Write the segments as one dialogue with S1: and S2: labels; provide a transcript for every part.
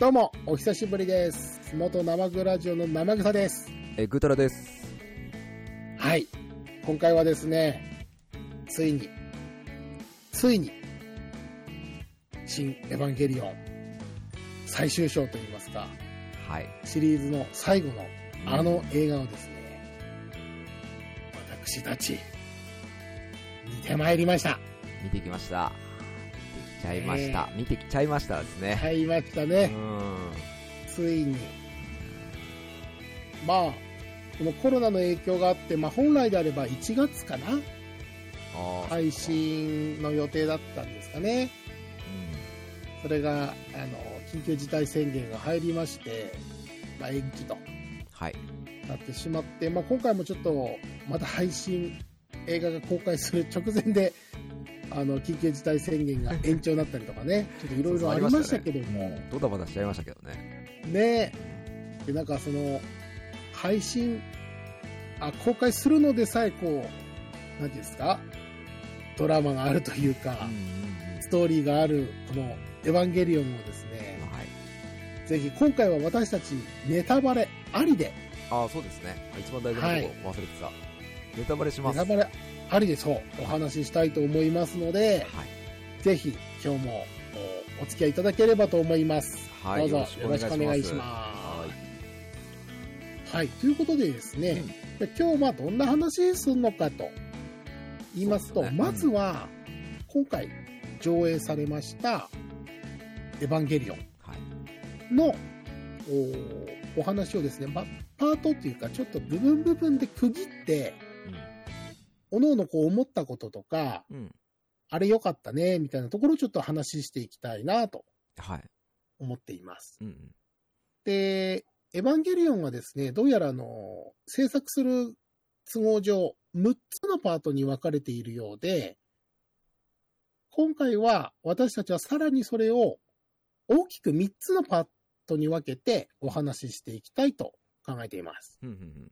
S1: どうも、お久しぶりです。元生グラジオの生草です。
S2: えー、ぐーたらです。
S1: はい。今回はですね、ついに、ついに、新エヴァンゲリオン、最終章といいますか、
S2: はい。
S1: シリーズの最後のあの映画をですね、私たち、見てまいりました。
S2: 見てきました。見てきちゃいました。見てきちゃいましたですね。
S1: はい、ました
S2: う
S1: ね。
S2: ん。
S1: ついに、まあ、このコロナの影響があって、まあ、本来であれば1月かな、
S2: あー
S1: 配。信の予定だったんですかね、それがあの緊急事態宣言が入りまして、まあ、延期と
S2: うんはい。
S1: なってしまって、まあ、今回もちょっとまた配信、映画が公開する直前で、あの緊急事態宣言が延長になったりとかね、ちょっといろいろありましたけども。
S2: ドタバタしちゃいましたけどね。
S1: ねでなんかその配信あ公開するのでさえこう何ですかドラマがあるというかストーリーがあるこの「エヴァンゲリオン」をですね
S2: はい。
S1: ぜひ今回は私たちネタバレありで
S2: ああ、そうですね。一番大事なとこ忘れてた。ネタバレしま
S1: ネ
S2: す。は
S1: タ
S2: い。
S1: バレありでそうお話ししたいと思いますのでぜひ今日もおお付き合いいただければと思います、
S2: はい。
S1: どうぞよろしくお願いし
S2: す。
S1: ま
S2: は
S1: す
S2: い。
S1: はい、ということでですね、で今日まあどんな話するのかと言いますと、
S2: そうですね
S1: まずは今回上映されました「エヴァンゲリオン
S2: はい。」
S1: のおお話をですね、ま、パートというかちょっと部分部分で区切っておのおのこう思ったこととか
S2: うん。うん。
S1: あれ良かったねみたいなところをちょっと話していきたいなと
S2: はい。
S1: 思っています。
S2: うんうん。
S1: で、エヴァンゲリオンはですね、どうやらあの、制作する都合上、6つのパートに分かれているようで、今回は私たちはさらにそれを大きく3つのパートに分けてお話ししていきたいと考えています。
S2: うんうんうん。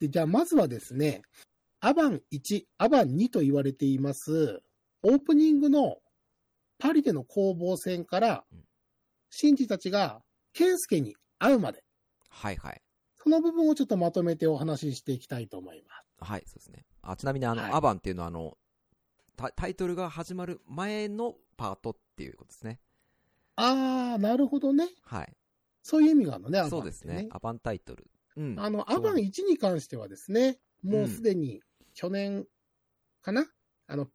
S1: で、じゃあまずはですね、アバン1、アバン2と言われています、オープニングのパリでの攻防戦から
S2: うん、
S1: シンジたちがケンスケに会うまで、
S2: はいはい。
S1: その部分をちょっとまとめてお話ししていきたいと思います。
S2: はい、そうですね。あ、ちなみにあの、
S1: はい
S2: アバンっていうのはあの、タタイトルが始まる前のパートっていうことですね。
S1: あー、なるほどね。
S2: はい。
S1: そういう意味があるのね、アバンって
S2: そうですね。アバンタイトル。うん。
S1: あの、
S2: そう
S1: アバン1に関してはですね、もうすでに去年かな、あの、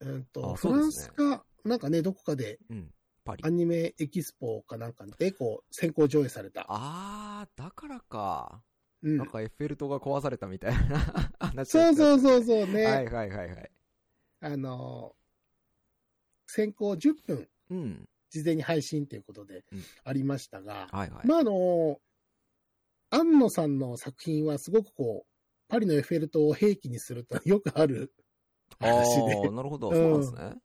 S1: うんと、
S2: あ
S1: フ
S2: そう
S1: ラ
S2: で
S1: ン
S2: す
S1: ス
S2: ね
S1: か、なんかね、どこかで
S2: うん。パリ
S1: ア。ニメエキスポかなんかで、こう、先行上映された。
S2: あー、だからか。
S1: うん
S2: なん、かエッフェル塔が壊されたみたいな 話。
S1: そうそううそうそうね、
S2: はいはいはいはい。
S1: あの、先行10分
S2: うん。
S1: 事前に配信ということで
S2: うん
S1: ありましたが、
S2: はいはい。
S1: まああの、安野さんの作品はすごくこう、パリのエッフェル塔を兵器にすると よくある
S2: あ
S1: 話で、
S2: ー、なるほど。
S1: うん
S2: そうなんですね。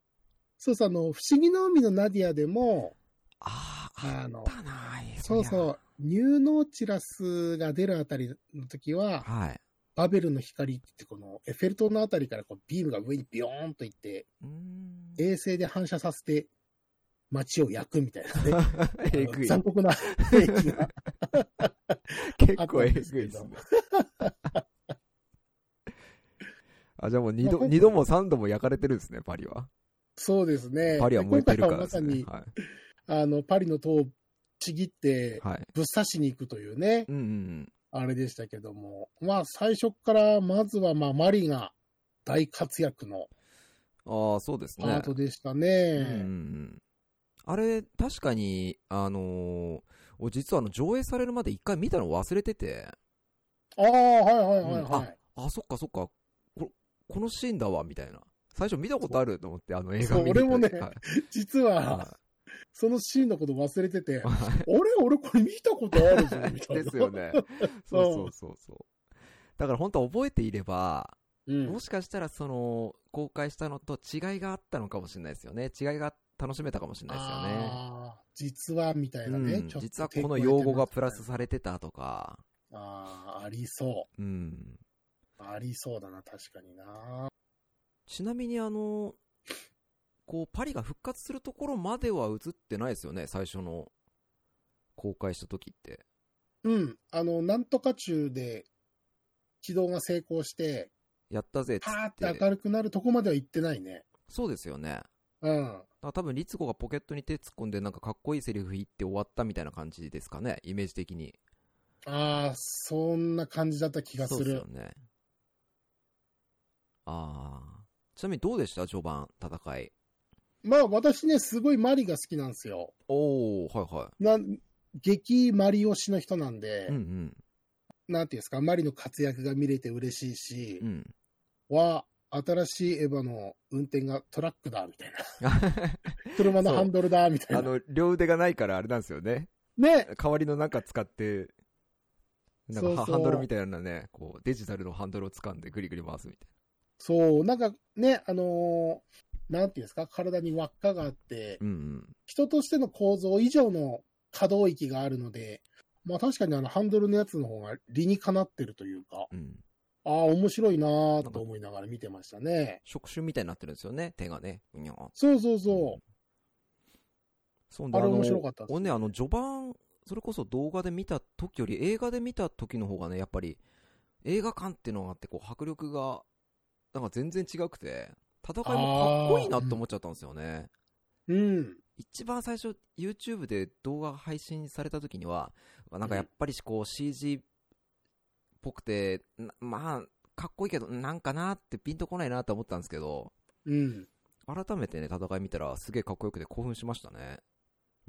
S1: そうそう、あの、不思議の海のナディアでも、
S2: あー、あ
S1: あの
S2: ったな
S1: そうそう。、ニューノーチラスが出るあたりの時は、
S2: はい。
S1: バベルの光って言ってこのエッフェル塔のあたりからこうビームが上にビヨーンといって、
S2: うーん。
S1: 衛星で反射させて、街を焼くみたいな ね
S2: えぐい。
S1: 残酷な兵器が あ
S2: 結
S1: った
S2: 構え
S1: ん
S2: ぐ
S1: で
S2: い
S1: すけ
S2: です
S1: ど
S2: ね。あ、じゃあもう二
S1: まあ
S2: 度、
S1: 今回
S2: 二度も三度も焼かれてるんですね、パリは。
S1: そうですね。
S2: パリは燃えてる
S1: 今
S2: か
S1: 回は
S2: ら
S1: ま
S2: で
S1: さ
S2: す
S1: に
S2: ね。、はい。
S1: あの、パリの塔をちぎって、
S2: はい。
S1: ぶっ刺しに行くというね、
S2: うんうんうん。
S1: あれでしたけども。まあ、最初から、まずは、まあ、マリが大活躍の
S2: ああ、そうです
S1: パ
S2: ね。
S1: ートでした
S2: うんうんう
S1: ね。
S2: ん。あれ、確かに、あのー、お実はあの上映されるまで一回見たの忘れてて、
S1: ああ、はいはいはい
S2: うん
S1: は
S2: あ
S1: い。
S2: あ、そっかそっか、ここのシーンだわ、みたいな。最初見たことあると思って、あの映画
S1: そう
S2: 見に行った
S1: 俺もね
S2: 時はい
S1: 実は、そのシーンのこと忘れてて、あ
S2: はい
S1: れ俺これ見たことあるぞ、みたいな。
S2: ですよ。ね。そうそうそうそう。だから本当は覚えていれば、
S1: うん
S2: も。しかしたらその、公開したのと違いがあったのかもしれないですよね。違いが楽しめたかもしれないですよね。
S1: ああ、実は、みたいなね。
S2: うん
S1: ちょっと
S2: 実はこの用語がプラスされてたとか、
S1: ああ、ありそ
S2: うん。
S1: う。ありそうだな、確かにな。
S2: ちなみにあの、こう、パリが復活するところまでは映ってないですよね、最初の公開した時って。
S1: うん。あの、なんとか中で起動が成功して、
S2: やったぜっつ
S1: パーっ
S2: ってて。
S1: 明るくなるとこまでは行ってないね。
S2: そうですよね。だか
S1: うん。
S2: ら多分、律子がポケットに手突っ込んで、なんかかっこいいセリフ言って終わったみたいな感じですかね、イメージ的に。
S1: ああ、そんな感じだった気が
S2: そう
S1: す
S2: です
S1: る
S2: よ。ね。ああ。ちなみにどうでした序盤、戦い。
S1: まあ私ね、すごいマリが好きなんですよ。
S2: おおはいは
S1: なん激マリ推しの人なんで、
S2: い。うん
S1: なんていうんですか、マリの活躍が見れて嬉しいし
S2: うん。う、ん。
S1: は、新しいエヴァの運転がトラックだ、みたいな。 車のハンドルだ、みた
S2: あ
S1: いな。
S2: の、両腕がないからあれなんですよね。
S1: ね、
S2: 代わりのなんか使って、なん
S1: そ
S2: か
S1: うそう
S2: ハハンドルみたいなね、こう、デジタルのハンドルを掴んでぐりぐり回すみたい
S1: そう、なんかね、あのーなんていうんですか、体に輪っかがあって、
S2: な。うんうん。
S1: 人としての構造以上の可動域があるので、まあ確かにあのハンドルのやつの方が理にかなってるというか、
S2: うん。
S1: ああ、面白いなーと思いながら見てましたね。
S2: 触手みたいになってるんですよね、手がね。うにゃー
S1: そうそうそう。
S2: そうで
S1: あれ
S2: の
S1: 面白かったですね
S2: 俺ね、あの、序盤、それこそ動画で見た時より映画で見た時の方がね、やっぱり、映画館っていうのがあって、こう、迫力が、なんか全然違くて、戦いもかっこいいなって思っちゃったんですよね。
S1: うん。
S2: 一番最初、YouTube で動画が配信された時には、なんかやっぱりこう、CG っぽくて、なまあ、かっこいいけど、なんかなってピンとこないなって思ったんですけど、
S1: うん。
S2: 改めてね、戦い見たらすげえかっこよくて興奮しましたね。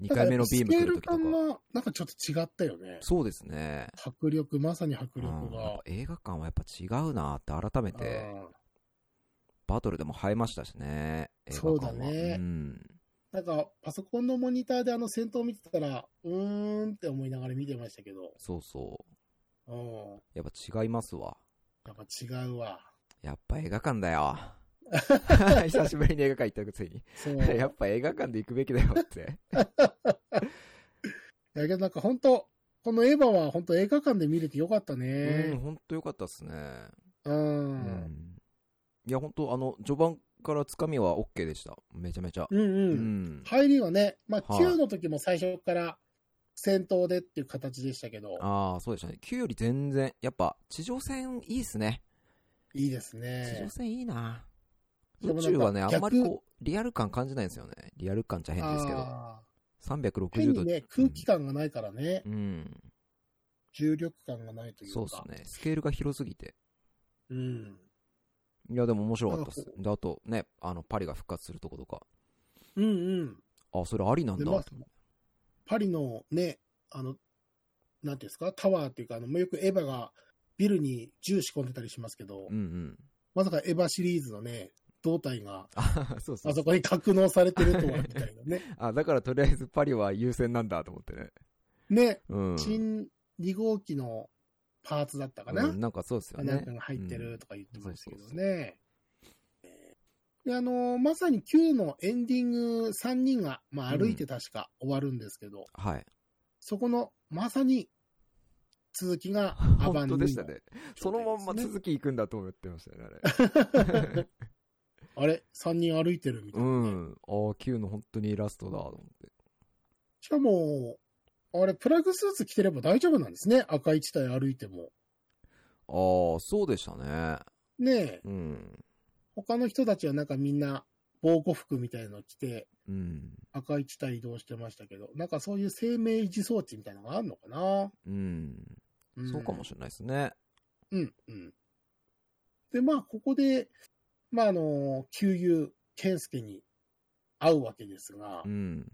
S2: 2回目のビーム来るときとか。
S1: スケール感が、なんかちょっと違ったよね。
S2: そうですね。
S1: 迫力、まさに迫力
S2: うんやっ
S1: が
S2: ぱ。映画館はやっぱ違うなって改めて、
S1: うん
S2: バトルでも映えましたしね。映画館は
S1: そうだね
S2: うん。
S1: なんか、パソコンのモニターであの戦闘見てたら、うーんって思いながら見てましたけど、
S2: そうそう。
S1: うん。
S2: やっぱ違いますわ。
S1: やっぱ違うわ。
S2: やっぱ映画館 だよ。久しぶりに映画館行ったくせに。
S1: そう。
S2: やっぱ映画館で行くべきだよって。
S1: だけどなんか本当このエヴァは本当映画館で見れてよかった
S2: うん、
S1: ね。
S2: ほんとよかったっすね。
S1: うん。う、
S2: うんん。いや、ほんと、あの、序盤からつかみは OK でした。めちゃめちゃ。
S1: うん、
S2: う
S1: うん。
S2: ん。
S1: 入りはね、まあ、
S2: はい
S1: 9の時も最初から戦闘でっていう形でしたけど、
S2: ああ、そうでしたね。9より全然、やっぱ、地上戦いいっすね。
S1: いいです
S2: 地上
S1: ね。
S2: 戦いいな。
S1: でもな
S2: 宇
S1: んか
S2: 宙はね、あ
S1: 逆
S2: んまりこう、リアル感感じないんですよね。リアル感じゃ変ですけど。
S1: あー変
S2: 360度。
S1: にね、空気感がないからね、
S2: うん。
S1: 重力感がないというか。
S2: そうっすね。スケールが広すぎて。
S1: うん。
S2: いや、でも面白かったっす
S1: なんか。
S2: で、あとね、あの、パリが復活するとことか。
S1: うんうん。
S2: あ、それありなんだ。
S1: でまあパリのね、あの、なんていうんですか、タワーっていうか、あの、よくエヴァがビルに銃仕込んでたりしますけど、
S2: うんうん。
S1: まさかエヴァシリーズのね、胴体が
S2: あ、そうそ
S1: あ
S2: うそ。
S1: そうこに格納されてるとは、みたいな ね。
S2: あ、だからとりあえずパリは優先なんだと思ってね。
S1: ね、
S2: うん。
S1: 新2号機のパーツだったかな。
S2: うんなんかそうっすよ
S1: なん
S2: ね
S1: か。が入ってるとか言ってましたけど
S2: うんそう
S1: ね。で、あのーまさに Q のエンディング3人が、まあ、
S2: うん
S1: 歩いて確か終わるんですけど、
S2: はい。
S1: そこの、まさに、続きがアバ
S2: 本
S1: ン
S2: 当
S1: に
S2: でしたね。そのまんま
S1: ですね
S2: 続き行くんだと思ってましたよね、あれ。
S1: あれ ?3 人歩いてるみたいうなね、
S2: ん。ああ、Q の本当にラストだ、と思って。
S1: しかも、あれ、プラグスーツ着てれば大丈夫なんですね。赤い地帯歩いても。
S2: ああ、そうでしたね。
S1: ねえ、
S2: うん。
S1: 他の人たちはなんかみんな、防護服みたいなの着て、
S2: うん。
S1: 赤い地帯移動してましたけど、なんかそういう生命維持装置みたいなのがあるのかな、
S2: うん。
S1: ん
S2: そうかもしれないですね。
S1: うん、うん。で、まあ、ここで、まあ、あの、旧友、健介に会うわけですが、
S2: うん。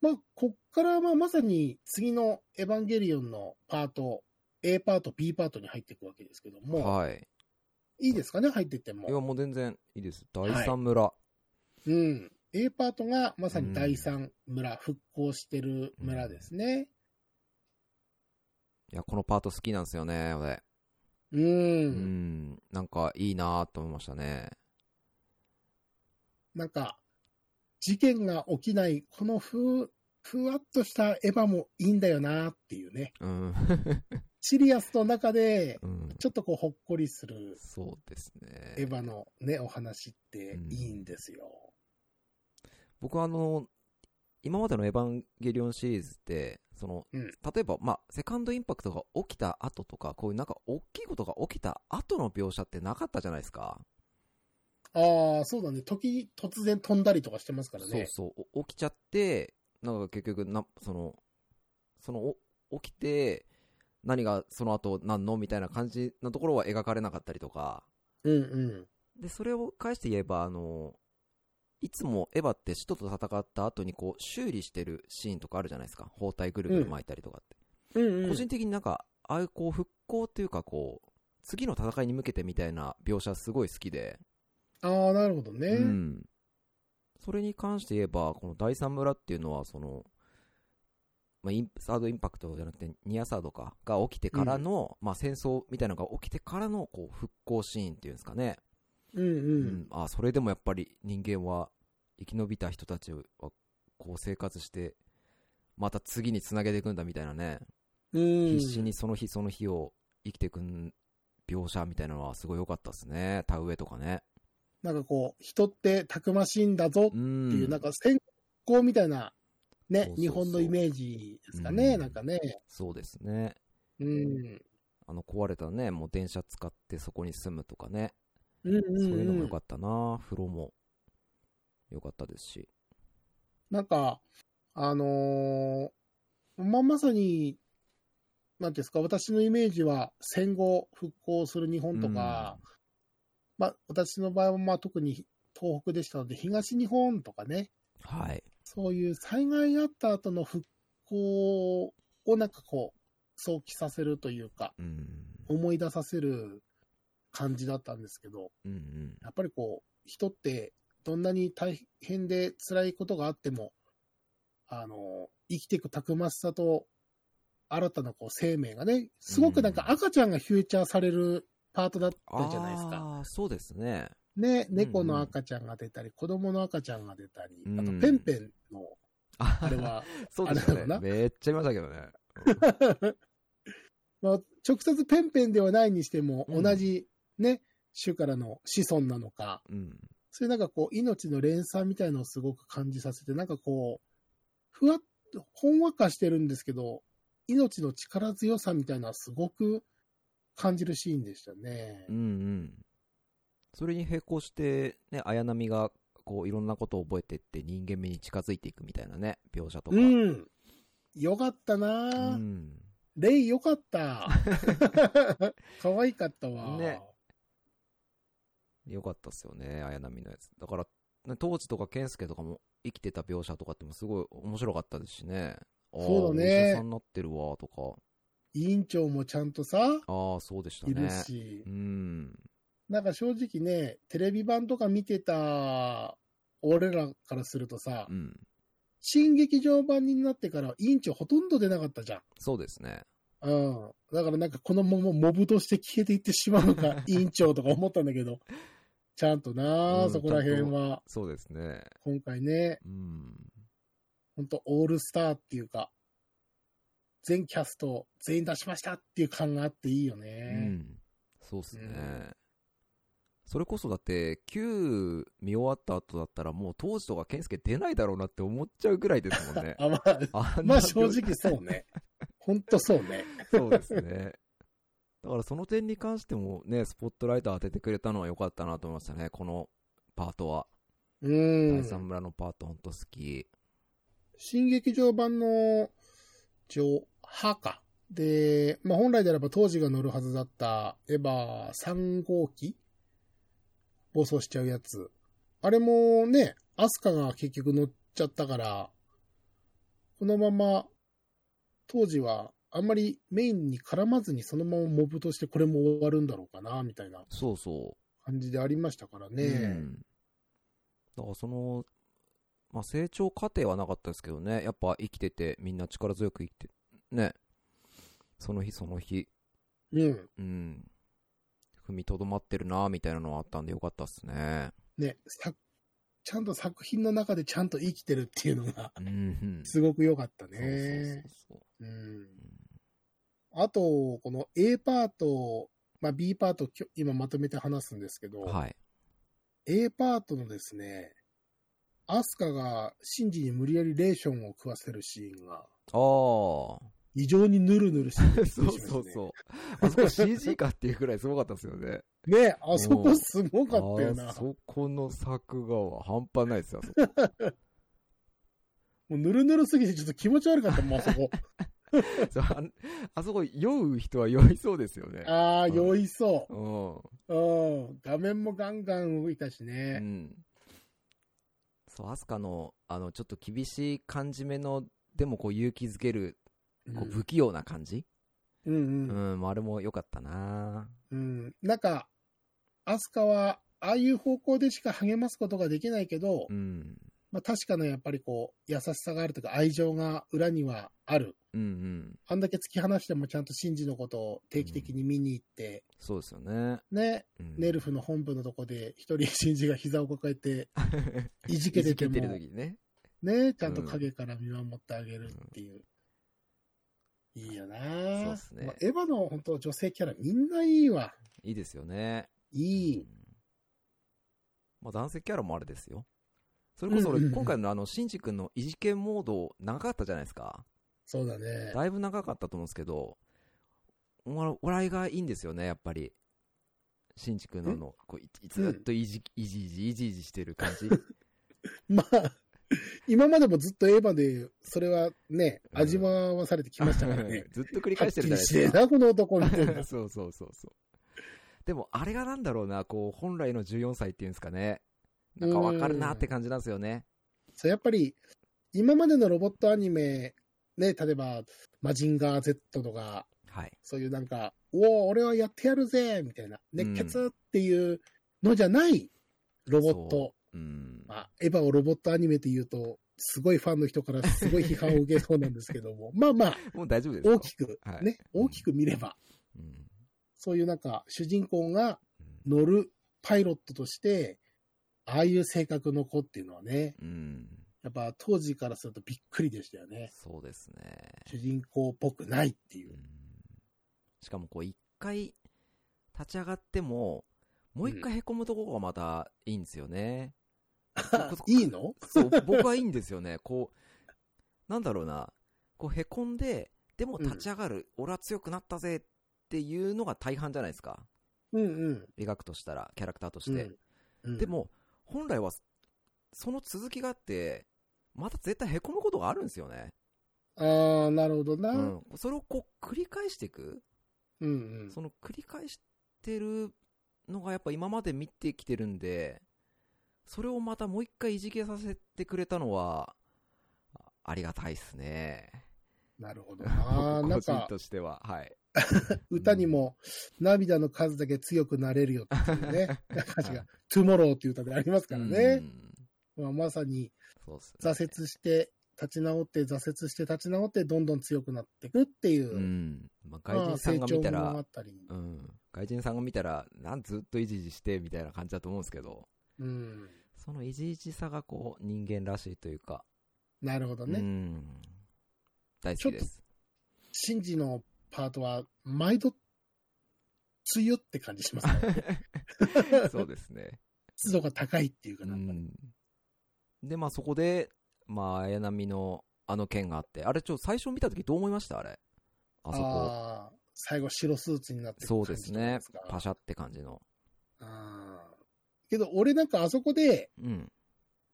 S1: まあ、こっから、まあ、まさに次のエヴァンゲリオンのパート、A パート、B パートに入っていくわけですけども、
S2: はい。
S1: いいですかね、入ってって
S2: いや、
S1: も。
S2: もう全然いいです。第
S1: い
S2: 三村。
S1: うん。A パートがまさに第3村、復興してる村ですね。
S2: い、や、このパート好きなんですよね、俺。
S1: うん。
S2: うん。なんか、いいなーと思いましたね。
S1: なんか、事件が起きない、このふ、ふわっとしたエヴァもいいんだよなっていうね。
S2: うん。
S1: シリアスの中で、
S2: うん。
S1: ちょっとこう、ほっこりする
S2: そうですね。
S1: エヴァのね、お話って
S2: うん
S1: いいんですよ。
S2: 僕はあの、今までのエヴァンゲリオンシリーズって、その、
S1: うん
S2: 例えば、まあ、セカンドインパクトが起きた後とか、こういうなんか大きいことが起きた後の描写ってなかったじゃないですか。
S1: ああ、そうだね。時に突然飛んだりとかしてますからね。
S2: そうそう、お起きちゃって、なんか結局な、その、そのお起きて、何がその後なんのみたいな感じのところは描かれなかったりとか、
S1: うんうん。
S2: で、それを返して言えば、あの、いつもエヴァって使徒と戦った後にこう修理してるシーンとかあるじゃないですか。包帯ぐるぐる巻いたりとかって。
S1: うんうん。
S2: 個人的になんか、ああいうこう復興というかこう、次の戦いに向けてみたいな描写すごい好きで、
S1: ああ、なるほどね。
S2: うん、それに関して言えば、この第三村っていうのは、その、まあ、インサードインパクトじゃなくて、ニアサードか、が起きてからの、まあ、戦争みたいなのが起きてからの、こう、復興シーンっていうんですかね。
S1: うんう。
S2: うんあ、それでもやっぱり人間は、生き延びた人たちは、こう、生活して、また次につなげていくんだみたいなね、
S1: うん。
S2: 必死にその日その日を生きていくん描写みたいなのはすごい良かったですね。田植えとかね。
S1: なんかこう、人ってたくましいんだぞ
S2: う
S1: っ
S2: ん。
S1: ていう、なんか先行みたいな、
S2: そう
S1: ね
S2: そう、そう
S1: 日本のイメージですかね、
S2: うん
S1: なんかね。
S2: そうですね。
S1: うん。
S2: あの壊れたね、もう電車使ってそこに住むとかね、
S1: うんうん、
S2: そういうのも
S1: う
S2: 良
S1: ん
S2: か。ったな、風呂も良かったですし、
S1: なんか、あのーまあ、まさに、なんていうんですか、私のイメージは戦後復興する日本とか、まあ、私の場合はまあ特に東北でしたので、東日本とかね、
S2: はい、
S1: そういう災害があった後の復興をなんかこう、想起させるというか、
S2: うん、
S1: 思い出させる感じだったんですけど、
S2: うん、うん、
S1: やっぱりこう、人ってどんなに大変で辛いことがあっても、あの、生きていくたくましさと、新たなこう生命がね、すごくなん
S2: う
S1: か
S2: ん
S1: 赤ちゃんがフューチャーされるパートだったじゃないですか。
S2: あーそうですね、
S1: ね、猫の赤ちゃんが出たり、子供の赤ちゃんが出たり、
S2: うん
S1: あとペンペンの、
S2: あ
S1: あれ、は、
S2: そうです
S1: あれだろう
S2: ね、
S1: な
S2: めっちゃ見ましたけどね、
S1: まあ、直接ペンペンではないにしても、
S2: うん
S1: 同じね、種からの子孫なのか、
S2: うん、
S1: そういうなんかこう、命の連鎖みたいのをすごく感じさせて、なんかこう、ふわっと、ほんわかしてるんですけど、命の力強さみたいのはすごく感じるシーンでしたね
S2: う。ん、うん、それに並行して、ね、綾波がこういろんなことを覚えてって、人間味に近づいていくみたいなね、描写とか。
S1: うん。よかった
S2: う
S1: なぁ、
S2: ん
S1: レイよか った。可愛かったわ。
S2: ねよかったっすよね、綾波のやつ。だから、ね当時とか健介とかも生きてた描写とかってもすごい面白かったですしね。あー
S1: そうだね
S2: お医者さんになってるわ、とか。
S1: 委員長もちゃんとさ、
S2: ああ、そうでした
S1: いる
S2: ね。
S1: し、
S2: うん。
S1: なんか正直ね、テレビ版とか見てた俺らからするとさ、
S2: うん。
S1: 新劇場版になってから委員長ほとんど出なかったじゃん。
S2: そうですね。
S1: うん。だからなんかこのままモブとして消えていってしまうの か、委員長とか思ったんだけど、ちゃんとな、
S2: うん
S1: そこら辺は、
S2: そうですね。
S1: 今回ね、
S2: うん。
S1: ほんとオールスターっていうか、全キャスト全員出しましたっていう感があっていいよ
S2: う
S1: ね。
S2: ん。そうっすね。
S1: うん。
S2: それこそだって、9見終わった後だったらもう当時とか健介出ないだろうなって思っちゃうぐらいですもん ね
S1: あまあ、
S2: あんな
S1: まあ正直そう ね。ほんとそうね。
S2: そうですね。だからその点に関してもね、スポットライト当ててくれたのは良かったなと思いましたね、このパートは。
S1: う
S2: 第
S1: ん。
S2: 三村のパート、ほんと好き。
S1: 新劇場版の上波か。で、まあ、本来であれば当時が乗るはずだったエヴァ3号機暴走しちゃうやつ。あれもね、アスカが結局乗っちゃったから、このまま当時はあんまりメインに絡まずにそのままモブとしてこれも終わるんだろうかな、みたいな
S2: そうそ
S1: 感じでありましたから
S2: う。
S1: ね。
S2: うん。だからその、まあ、成長過程はなかったですけどね、やっぱ生きてて、みんな力強く生きて、ね、その日その日、
S1: うん
S2: うん、踏みとどまってるな、みたいなのはあったんで良かったっすね。
S1: ね、さちゃんと作品の中でちゃんと生きてるっていうのが、
S2: うん。
S1: すごく良かった
S2: そうそう
S1: ね。
S2: そうそ
S1: うん
S2: う。うん
S1: あと、この A パート、まあ、B パート、きょ今まとめて話すんですけど、
S2: はい。
S1: A パートのですね、アスカがシンジに無理やりレーションを食わせるシーンが、
S2: ああ。
S1: 異常にヌルヌルしてる
S2: そうそうそう。あそこ CG かっていうくらいすごかったですよね。
S1: ね、あそこすごかったよ
S2: あ
S1: な。も
S2: そこの作画は半端ないですよ、あそこ
S1: うぬるぬるすぎてちょっと気持ち悪かったもん、あそ こ。
S2: そうあん。あそこ酔う人は酔いそうですよね。
S1: ああ、
S2: うん
S1: 酔いそ
S2: うん。
S1: う。うん。画面もガンガン動いたし
S2: う
S1: ね。
S2: ん。そう、アスカの、あの、ちょっと厳しい感じめの、でもこう勇気づける、こう不器用な感じ、
S1: うん
S2: う
S1: うん
S2: ん、もうあれも良かったな
S1: うん。なんか、アスカは、ああいう方向でしか励ますことができないけど、
S2: うん。
S1: まあ確かなやっぱりこう、優しさがあるというか愛情が裏にはある。
S2: うんうん。
S1: あんだけ突き放してもちゃんとシンジのことを定期的に見に行って、
S2: そうですよね。
S1: ね、
S2: うん
S1: ネル フの本部のとこで一人シンジが膝を抱えていじけてて
S2: い
S1: も
S2: じ、る時にね。
S1: ね、ちゃんと影から見守ってあげるっていう。いいよな
S2: そう
S1: ぁ
S2: っすね
S1: まあエヴァの本当女性キャラみんないいわ。
S2: いいですよね。
S1: いい。
S2: まあ、男性キャラもあれですよ。それこそ俺
S1: うんうんうん
S2: 今回のあの、シンジ君のいじけモード長かったじゃないですか。
S1: そうだね。
S2: だいぶ長かったと思うんですけど、お笑いがいいんですよね、やっぱり。シンジ君のあの、こういずっといじ、いじいじ、いじいじしてる感じ。
S1: まあ、今までもずっとエヴァで、それはね、
S2: うん。
S1: 味わわされてきましたからね
S2: ずっと繰り返してるじゃな
S1: は
S2: い
S1: っきり
S2: です
S1: てえな、この男みたいな
S2: か。。 そうそうそうそう。でも、あれがなんだろうな、こう、本来の14歳っていうんですかね。なんかわかるなって感じなんですよね。
S1: そう、やっぱり、今までのロボットアニメ、ね、例えば、マジンガー Z とか、
S2: はい。
S1: そういうなんか、おお、俺はやってやるぜみたいな、
S2: うん
S1: 熱血っていうのじゃないロボッ
S2: そ
S1: ト。
S2: うん。
S1: まあ、エヴァをロボットアニメというと、すごいファンの人からすごい批判を受けそうなんですけども、まあま あ、
S2: もう大丈夫ですよ
S1: 大きく、
S2: はい
S1: ね、大きく見れば、
S2: うん
S1: そういうなんか、主人公が
S2: うん
S1: 乗るパイロットとして、ああいう性格の子っていうのはね、
S2: うん、
S1: やっぱ当時からするとびっくりでしたよね。
S2: そうですね。
S1: 主人公っぽくないっていうう。
S2: んしかもこう一回立ち上がっても、もう一回へこむとこがまたいいんですよね。こ そ
S1: いいの
S2: そう、 僕はいいんですよね。こう、なんだろうな、こうへこんで、でも立ち上がる、俺は強くなったぜっていうのが大半じゃないですか。
S1: うんうん。
S2: 描くとしたら、キャラクターとし
S1: う
S2: て。
S1: んうん
S2: で、も、本来は、その続きがあって、また絶対へこむことがあるんですよね。
S1: ああ、なるほどな。う
S2: うんん、それをこう繰り返していく、
S1: うん。
S2: その繰り返してるのがやっぱ今まで見てきてるんで、それをまたもう一回いじけさせてくれたのは、あありがたいっすね。
S1: なるほどな。
S2: 僕
S1: な
S2: 個
S1: ん
S2: 人
S1: か、
S2: としては。はい。
S1: 歌にも、涙の数だけ強くなれるよっていう ね、歌詞が、トゥモローっていう歌でありますから
S2: う
S1: ね。
S2: ん
S1: まあ、まさに、
S2: そうっすね。
S1: 挫折して、立ち直って、挫折して、立ち直って、どんどん強くなっていくっていう。
S2: うん。まあ、
S1: まあ
S2: 外人さんが見た
S1: 成長もあ
S2: ら
S1: っ、たり
S2: うん。外人さんが見たら、なんずっといじいじして、みたいな感じだと思うんですけど、
S1: うん。
S2: そのいじいじさがこう、人間らしいというか、
S1: なるほどね。
S2: うん。大好きです。
S1: シンジのパートは、毎度、強って感じします ね。
S2: そうですね。
S1: 湿度が高いっていうか
S2: う
S1: なんかね、
S2: ん。で、まあそこで、まあ綾波のあの件があって、あれちょ、最初見た時どう思いましたあれ。あそこ。
S1: あー最後、白スーツになって
S2: そう
S1: く感
S2: で
S1: じ
S2: す
S1: とか
S2: ね
S1: ですか。
S2: パシャって感じの。
S1: あーけど、俺なんかあそこで、
S2: うん。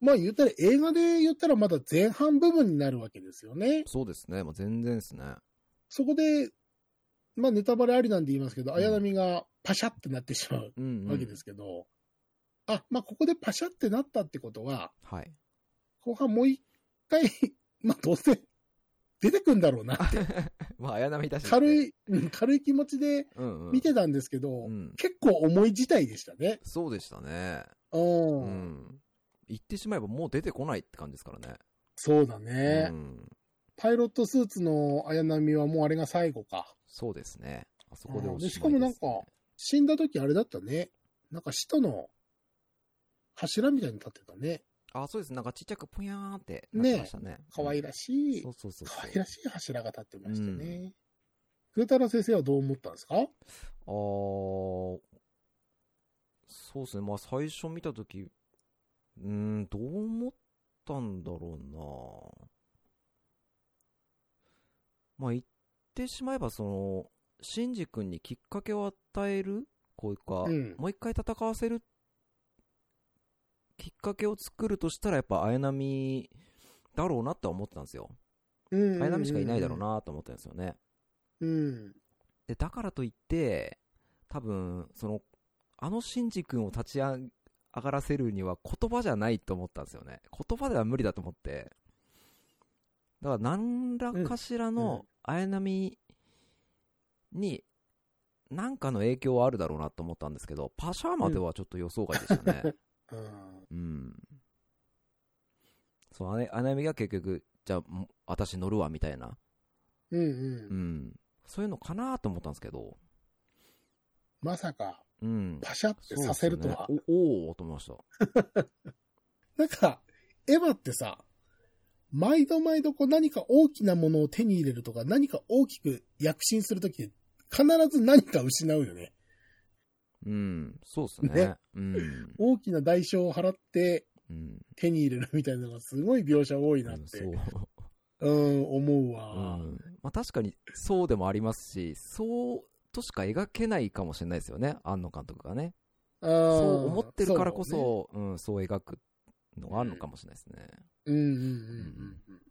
S1: まあ言ったら、映画で言ったらまだ前半部分になるわけですよね。
S2: そうですね。もう全然ですね。
S1: そこで、まあネタバレありなんで言いますけど、
S2: ん
S1: 綾波がパシャってなってしまう
S2: うん、。
S1: わけですすけど、あ、まあここでパシャってなったってことは、
S2: はい。
S1: 後半もう一回、 まあどうせ出てくんだろうなって、
S2: まあ綾波だし。
S1: 軽
S2: い。
S1: い、うん軽い気持ちで
S2: うん、うん。
S1: 見てたんですけど、
S2: うん。
S1: 結構重い事態でしたね。
S2: そうでしたね。
S1: うん。
S2: うん。言ってしまえばもう出てこないって感じですからね。
S1: そうだね、
S2: うん。
S1: パイロットスーツの綾波はもうあれが最後か。
S2: そうですね。あそこでお
S1: うんで
S2: し
S1: しか
S2: まい
S1: も
S2: です、
S1: な
S2: ね。
S1: んか、死んだ時あれだったね。なんか使徒の柱みたいに立ってたね。
S2: あ、そうです。なんかちっちゃくぽやーんってなってましたね。
S1: 可愛らしい
S2: そ、うそうそうそう。
S1: 可愛らしい柱が立ってましたね。ぐうたら先生はどう思ったんですか
S2: あーそうですね。まあ最初見たとき、うーん、どう思ったんだろうなまあ言ってしまえばその、シンジ君にきっかけを与える、こういうか、
S1: うん
S2: もう一回戦わせる、きっかけを作るとしたらやっぱ綾波だろうなとは思ってたんですよ。
S1: うん。
S2: 綾波しかいないだろう。なと思ってたんですよね。
S1: うん。
S2: で、だからといって、多分、その、あのシンジ君を立ち上がらせるには言葉じゃないと思ったんですよね。言葉では無理だと思って。だから何らかしら
S1: うん
S2: の綾波に何かの影響はあるだろうなと思ったんですけど、パシャーまではちょっと予想外でしたね。
S1: うん。
S2: うん。そう、あね綾波が結局、じゃあもう私乗るわみたいな。
S1: うんう。
S2: うんん。そういうのかなと思ったんですけど、
S1: まさか、
S2: うん。
S1: パシャってさせるとは。
S2: そうですよね、おおーと思いました。
S1: なんか、エヴァってさ、毎度毎度こう何か大きなものを手に入れるとか、何か大きく躍進するときって、必ず何か失うよね。
S2: うん、そうですね。
S1: ね
S2: うん。
S1: 大きな代償を払って
S2: うん。
S1: 手に入れるみたいなのがすごい描写多いなっ
S2: うん
S1: て、
S2: そう。
S1: うん、思う
S2: う
S1: わ。
S2: ん。まあ確かにそうでもありますし、そうとしか描けないかもしれないですよね、庵野監督がね。
S1: あー
S2: そう思ってるからこそ、うん、そう描くのがあるのかもしれないですね。
S1: うんうんうんうん。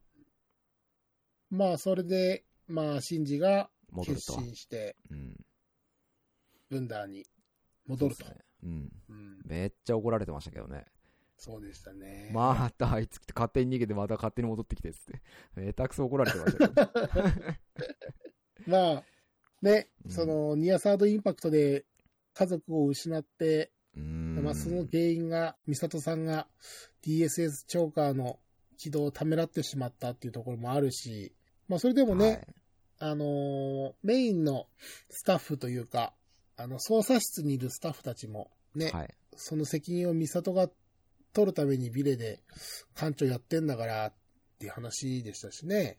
S1: まあ、それで、まあ、シンジが
S2: 戻る
S1: 決
S2: と。
S1: 心して、
S2: うん。
S1: ブンダーに戻ると。
S2: そうですねうん。
S1: うん、
S2: めっちゃ怒られてましたけどね。
S1: そうでしたね。
S2: またあいつ来て勝手に逃げてまた勝手に戻ってきてっつって。めたくそ怒られてましたけ ど。
S1: まあ、ね、
S2: うん
S1: その、ニアサードインパクトで家族を失って、
S2: うん。
S1: まあ、その原因が、ミサトさんが DSS チョーカーの起動をためらってしまったっていうところもあるし、まあ、それでもね、
S2: はい
S1: あのーメインのスタッフというか、あの、操作室にいるスタッフたちも、ね、
S2: はい。
S1: その責任をミサトが取るためにビレで館長やってんだからっていう話でしたしね。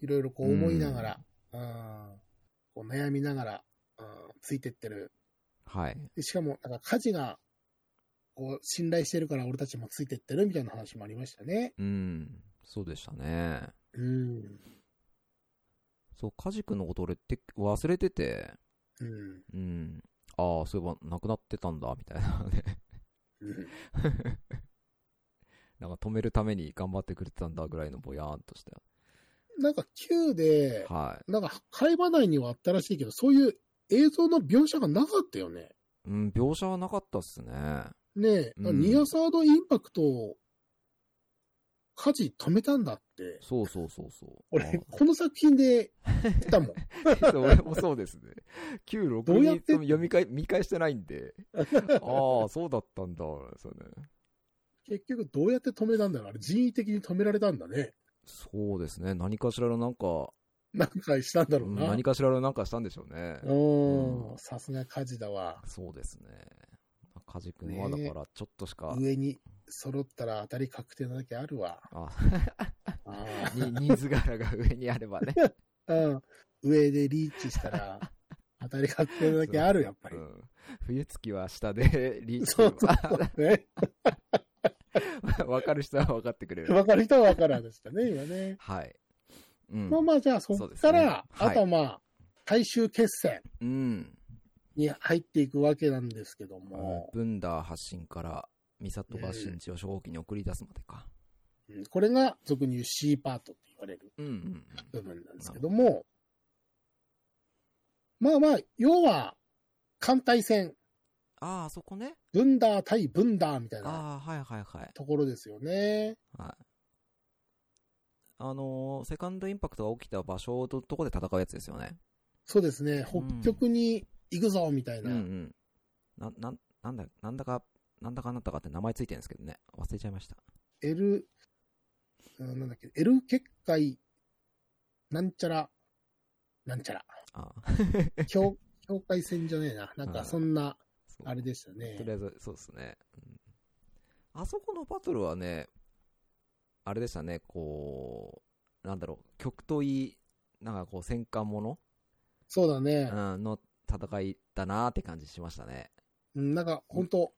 S1: いろいろこう思いながら、うん、こう悩みながら、うん、ついてってる。
S2: はい。
S1: でしかも、なんか家事が、こう、信頼してるから俺たちもついてってるみたいな話もありましたね。
S2: うん、そうでしたね。
S1: うん。
S2: そう、カジ君のこと俺って忘れてて、
S1: うん。
S2: うん。ああ、そういえば亡くなってたんだ、みたいな ね。
S1: うん
S2: なんか止めるために頑張ってくれてたんだぐらいのぼやーんとした。
S1: なんか Q で、
S2: は
S1: なんか会話内にはあったらしいけど、そういう映像の描写がなかったよね。
S2: い。うん、描写はなかったっすね。
S1: ねえ、
S2: うん
S1: ニアサードインパクトを火事止めたんだって。
S2: そうそうそうそう。
S1: 俺、この作品で来たもん。
S2: あー そう俺もそうですね。9、
S1: どうやっ
S2: 6
S1: て
S2: とも読み返、見返してないんで。ああ、そうだったんだ、そうね。
S1: 結局どうやって止めたんだろうあれ人為的に止められたんだね。
S2: そうですね。何かしらのなんか、
S1: 何回したんだろ
S2: う
S1: うんな。
S2: 何かしらのなんかしたんでしょうね。
S1: う。
S2: うんん
S1: さすが火事だわ。
S2: そうですね。まあカジ君はだから、ちょっとしか、
S1: 上に揃ったら当たり確定なだけあるわ。
S2: あ、
S1: あ
S2: にニーズ柄が上にあれ ばね。
S1: ーうん。上でリーチした ら当たり確定なだけある、やっぱり
S2: う。ん冬月は下でリーチす
S1: そ
S2: れ
S1: うそうそう。ね。
S2: ば 分かる人は分かってく れる。
S1: 分かる人は分からんでしたね、今ね。
S2: はい。うん
S1: まあ。まあ、じゃあそ
S2: そ
S1: こ
S2: うです
S1: か
S2: ね
S1: ら、
S2: は
S1: あ
S2: い
S1: とはまあ、最終決戦
S2: うん。
S1: に入っていくわけなんですけども、
S2: ブンダー発信から、ミサトがシンジを初号機に送り出すまでか。
S1: うんこれが俗に言う C パートって言われる
S2: うんうん
S1: 部分なんですけども、まあまあ、要は、艦隊戦、
S2: ああ、そこね。
S1: ブンダー対ブンダーみたいな
S2: ああ、はいはいはい。
S1: ところですよね。
S2: はい。あのーセカンドインパクトが起きた場所のとこで戦うやつですよね。
S1: そうですね、北極に行くぞみたい
S2: うん
S1: な。
S2: うん。な、なん、なんだ、なんだか、なんだかなんだかって名前ついてるんですけどね。忘れちゃいました。
S1: エル、うんなんだっけ、エル結界、なんちゃら、なんちゃら。
S2: ああ。
S1: 境境界線じゃねえな。なんかそんな、
S2: そう
S1: あれでした
S2: とりあ
S1: ね。
S2: えず、そうですね。うんあそこのバトルはね、あれでしたね、こう、なんだろう、極東い、なんかこう、戦艦もの、
S1: そうだね
S2: う。ん、の戦いだなーって感じしましたね。
S1: うん、なんか本当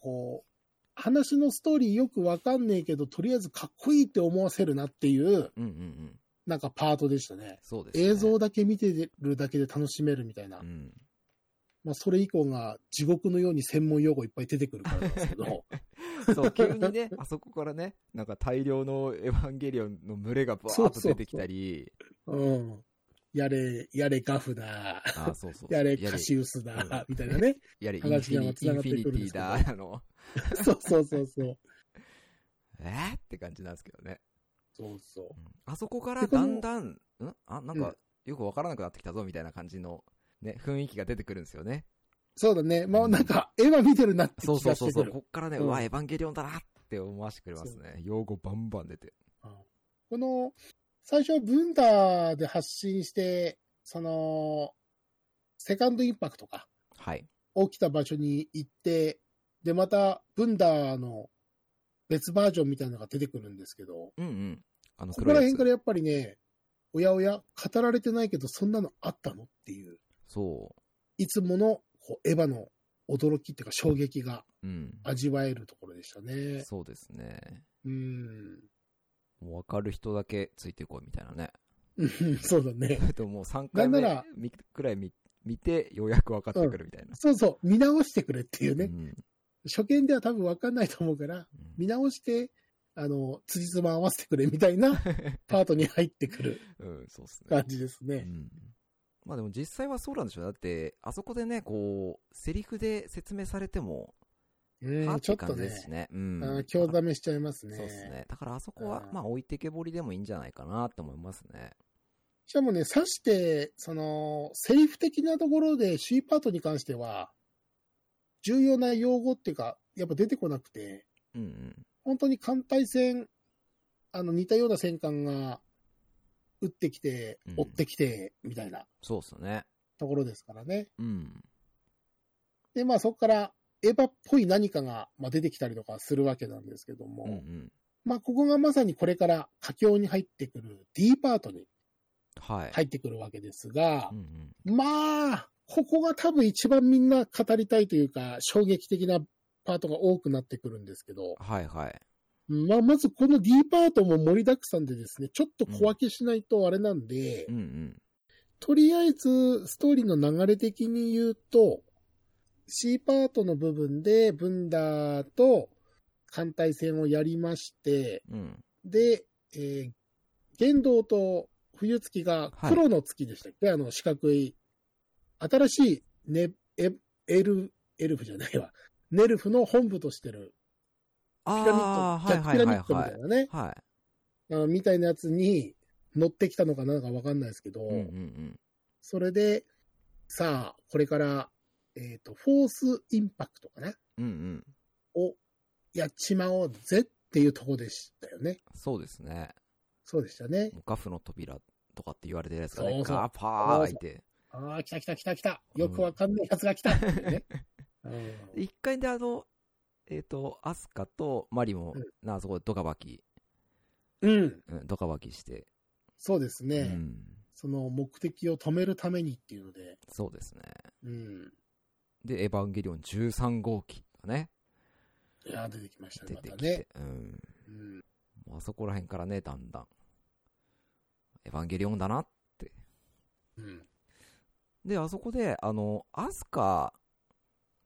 S1: こう、話のストーリーよくわかんねえけど、とりあえずかっこいいって思わせるなっていう、
S2: うんうん
S1: なんかパートでしたね。
S2: そうです、ね。
S1: 映像だけ見てるだけで楽しめるみたいな。
S2: うん。
S1: まあ、それ以降が地獄のように専門用語いっぱい出てくるからなんですけ ど。
S2: そう、急にね、あそこからね、なんか大量のエヴァンゲリオンの群れがバー
S1: そう
S2: ッ
S1: そ
S2: と
S1: うそう
S2: 出てきたり、
S1: うん。やれ、やれガフだ。
S2: あそうそうそう
S1: やれ
S2: や
S1: カ
S2: れ、
S1: シウスだ。
S2: うん
S1: みたいなね。
S2: やれインフ
S1: 話
S2: ィ
S1: が
S2: ニイ
S1: 繋が
S2: ン
S1: って
S2: フ
S1: く
S2: ィ
S1: る
S2: ニ
S1: んで
S2: テ
S1: す
S2: ィ
S1: けど
S2: だ、あの、
S1: そうそうそうそう。
S2: えー、って感じなんですけどね。
S1: そうそう
S2: う。んあそこか
S1: で
S2: ら
S1: こ
S2: だ
S1: の
S2: んだん、んあ、なん
S1: う
S2: か、よくわからなくなってきたぞ、みたいな感じの、ね、雰囲気が出てくるんですよね。
S1: そうだね。まあなんか、絵は見てるなって気
S2: そうそう
S1: が
S2: そ
S1: し
S2: う
S1: てく
S2: そう、
S1: る。
S2: こっからね、
S1: う
S2: うんわ、エヴァンゲリオンだなって思わせてくれますね。用語バンバン出て。
S1: この、最初、ブンダーで発信して、その、セカンドインパクトか、
S2: はい。
S1: 起きた場所に行って、で、また、ブンダーの別バージョンみたいなのが出てくるんですけど、
S2: うんうん。あの
S1: ここ
S2: 黒
S1: ら
S2: いや
S1: 辺
S2: つ
S1: からやっぱりね、おやおや、語られてないけど、そんなのあったのっていう、
S2: そ
S1: いつものこうエヴァの驚きっていうか、衝撃が
S2: う。うん。
S1: 味わえるところでしたね。
S2: そうですね。
S1: うん。
S2: もう分かる人だけついてこいみたいなね。
S1: うんそうだね。
S2: えっと、もう3回目
S1: なんなら
S2: みくらい見見て、ようやく分かってくるみたいな。
S1: そうそう、見直してくれっていうね。
S2: うん
S1: 初見では多分分かんないと思うから、見直して、あの、辻褄合わせてくれみたい なパートに入ってくる
S2: うん、そうっすね
S1: 感。じです
S2: う
S1: ね。
S2: んまあでも実際はそうなんでしょう。だって、あそこでね、こう、セリフで説明されても、
S1: うん、
S2: はっ
S1: ちょ
S2: て
S1: っと
S2: 感じ
S1: ね
S2: ですし、ね。うん。
S1: あー興ざめしちゃいますね。
S2: そうですね。だからあそこは
S1: う、ん
S2: まあ置いてけぼりでもいいんじゃないかなって思いますね。
S1: しかもね、刺して、その、セリフ的なところで C パートに関しては、重要な用語っていうか、やっぱ出てこなくて、
S2: うんうん。
S1: 本当に艦隊戦、あの、似たような戦艦が、撃ってきて
S2: うん、
S1: 追ってきて、みたいな
S2: そうっすね。
S1: ところですからね。
S2: うん。
S1: で、まあそこからエヴァっぽい何かが、まあ、出てきたりとかするわけなんですけども、
S2: うんうん。
S1: まあここがまさにこれから佳境に入ってくる D パートに
S2: はい。
S1: 入ってくるわけですが
S2: う、んうん。
S1: まあ、ここが多分一番みんな語りたいというか、衝撃的なパートが多くなってくるんですけど、
S2: はいはい。
S1: まあまずこの D パートも盛りだくさんでですね、ちょっと小分けしないとあれなんで、
S2: うんうん。
S1: とりあえず、ストーリーの流れ的に言うと、C パートの部分で、ブンダーと艦隊戦をやりまして、
S2: うん。
S1: で、えー、玄道と冬月が
S2: はい
S1: 黒の月でしたっけ、あの、四角い、新しい、ね、エエル、エルフじゃないわ。ネルフの本部としてる、ピラミ
S2: あ
S1: ッ
S2: あ
S1: ド、ジャ
S2: ー、
S1: ックピラミッドみ
S2: は
S1: た
S2: い
S1: い。なね、
S2: はい。
S1: あのみたいなやつに乗ってきたのかなんかわかんないですけど、
S2: うんうんうん。
S1: それで、さあ、これから、えっ、と、フォースインパクトかな
S2: うんうん。
S1: をやっちまおうぜっていうとこでしたよね。
S2: そうですね。
S1: そうでしたね。
S2: もうガフの扉とかって言われてるやつがね、
S1: そうそう
S2: ガーパー開いて。
S1: ああ、来た来た来た来た。よくわかんないやつが来たっていう ね。うん
S2: 一回であの、えっ、と、アスカとマリも、
S1: うん
S2: なあそこでドカバキ、
S1: うん。
S2: うん、ドカバキして、
S1: そうですね、
S2: うん。
S1: その目的を止めるためにっていうので。
S2: そうですね。
S1: うん。
S2: で、エヴァンゲリオン13号機がね、
S1: いやー、出てきましたね。
S2: 出
S1: ま
S2: て
S1: た
S2: き
S1: ね
S2: て。、うん。
S1: うん。
S2: もうあそこら辺からね、だんだん、エヴァンゲリオンだな。
S1: うん。
S2: で、あそこで、あの、アスカ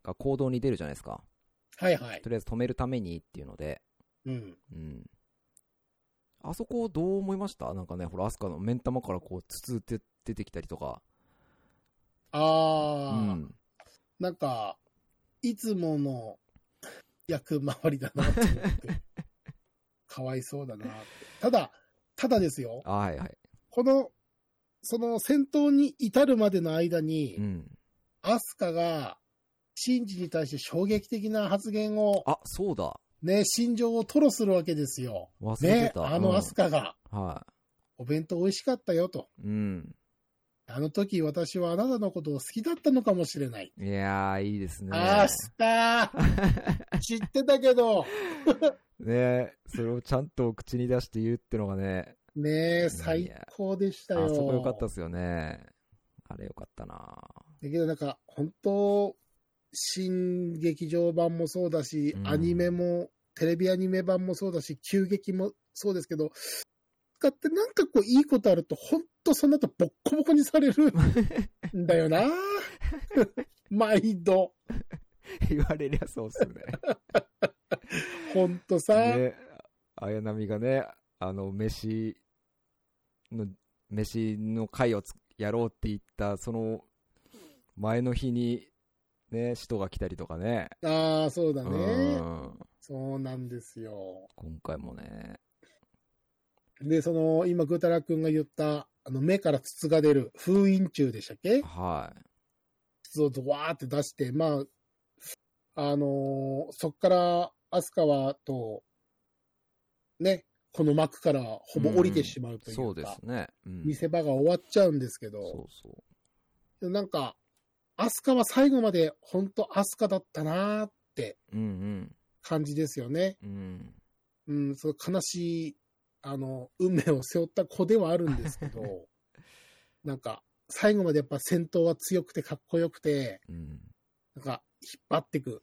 S2: が行動に出るじゃないですか。
S1: はいはい
S2: と。りあえず止めるためにっていうので、
S1: うん。
S2: うん。あそこどう思いましたなんかね、ほら、アスカの目ん玉からこう、つつって出てきたりとか。う
S1: ああ、
S2: ん。
S1: なんか、いつもの役回りだなって思 って、かわいそうだなって。ただ、ただですよ、
S2: あはいはい。
S1: この、その戦闘に至るまでの間に、
S2: うん。
S1: アスカが、シンジに対して衝撃的な発言を、
S2: あ、そうだ。
S1: ね、心情を吐露するわけですよ。
S2: 忘れて
S1: ね、
S2: た。
S1: あのアスカが、
S2: カ。は
S1: お弁当美味しかったよと。
S2: い。うん。
S1: あの時私はあなたのことを好きだったのかもしれない。
S2: いやー、いいですね。
S1: アスカ 知ってたけど、
S2: ねえそれをちゃんと口に出して言うってのがね、
S1: ねえ、
S2: や
S1: 最高でしたよ。
S2: あそこ良かったですよね。あれ良かったな
S1: だけどなんか、本当新劇場版もそうだし、
S2: うん
S1: アニメも、テレビアニメ版もそうだし、急激もそうですけど、使ってなんかこういいことあると、ほんとその後ボッコボコにされるんだよ な毎度。
S2: 言われりゃそうっすね。
S1: ほんとさ、
S2: ね、綾波がね、あの、飯の、飯の会をつやろうって言った、その、前の日に、ね、使徒が来たりとかね。
S1: ああ、そうだ
S2: う
S1: ね。
S2: ん。
S1: そうなんですよ。
S2: 今回もね。
S1: で、その、今、ぐーたらくんが言った、あの、目から筒が出る、封印中でしたっけ
S2: は
S1: 筒をドワーって出して、まあ、あのーそっから、アスカはと、ね、この幕からほぼ降りてしまうと
S2: い。
S1: いうか、
S2: そうですね。うん。
S1: 見せ場が終わっちゃうんですけ
S2: そ
S1: ど、
S2: うそう。
S1: なんか、アスカは最後まで本当アスカだったなーって
S2: うん
S1: 感じですよね。
S2: うん。うん。
S1: うん、その悲しい、あの、運命を背負った子ではあるんですけ ど、なんか、最後までやっぱ戦闘は強くてかっこよくて、
S2: うん。
S1: なんか、引っ張ってく。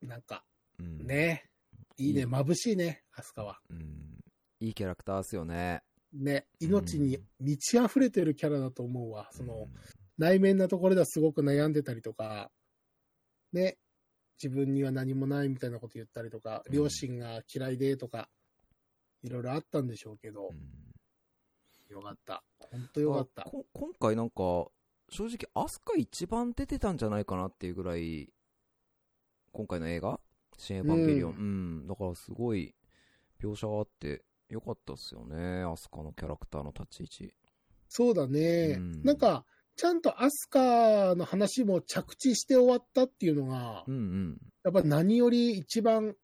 S1: なんか、
S2: うん。。
S1: ね。いいね、
S2: うん
S1: 眩しいね、アスカは。
S2: うん。いいキャラクターっすよね。
S1: ね、命に満ち溢れてるキャラだと思うわ。その、内面なところではすごく悩んでたりとか、ね、自分には何もないみたいなこと言ったりとか、
S2: うん
S1: 両親が嫌いでとか、いろいろあったんでしょうけど、
S2: うん、
S1: よかった。本当よかった
S2: あ。こ今回なんか、正直、アスカ一番出てたんじゃないかなっていうぐらい、今回の映画新エヴァンゲリオン。
S1: う
S2: うん。だからすごい、描写があって、よかったっすよね。アスカのキャラクターの立ち位置。
S1: そうだね。
S2: うん
S1: なんか、ちゃんとアスカの話も着地して終わったっていうのが
S2: う、ん
S1: やっぱ何より一番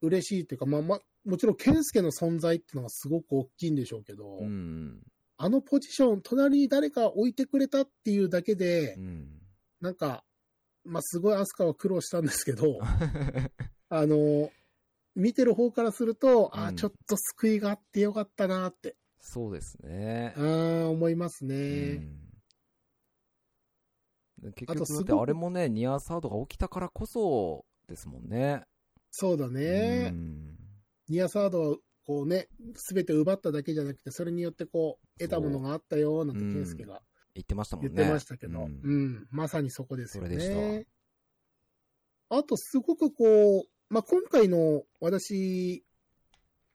S1: 嬉しいっていうか、まあまあ、もちろんケンスケの存在っていうのがすごく大きいんでしょうけど、
S2: うん。うん
S1: あのポジション、隣に誰か置いてくれたっていうだけで、
S2: うん。うん。
S1: なんか、まあすごいアスカは苦労したんですけど、 あの、見てる方からすると、あ
S2: う
S1: あ、
S2: ん
S1: ちょっと救いがあってよかったなって、
S2: そうですね
S1: あ。あ、思いますね。
S2: うん、結
S1: あと
S2: 局だ
S1: す
S2: っ
S1: ご
S2: て
S1: く
S2: あれもね、ニアサードが起きたからこそですもんね。
S1: そうだね。
S2: うん
S1: ニアサードはこうね、すべて奪っただけじゃなくて、それによってこう、得たものがあったよ、なんて
S2: うん
S1: ケンスケが
S2: 言ってましたもん
S1: 言
S2: ね。
S1: ってましたけど、
S2: う
S1: うんん、まさにそこですよ
S2: それで
S1: ね。あと、すごくこう、まあ、今回の私、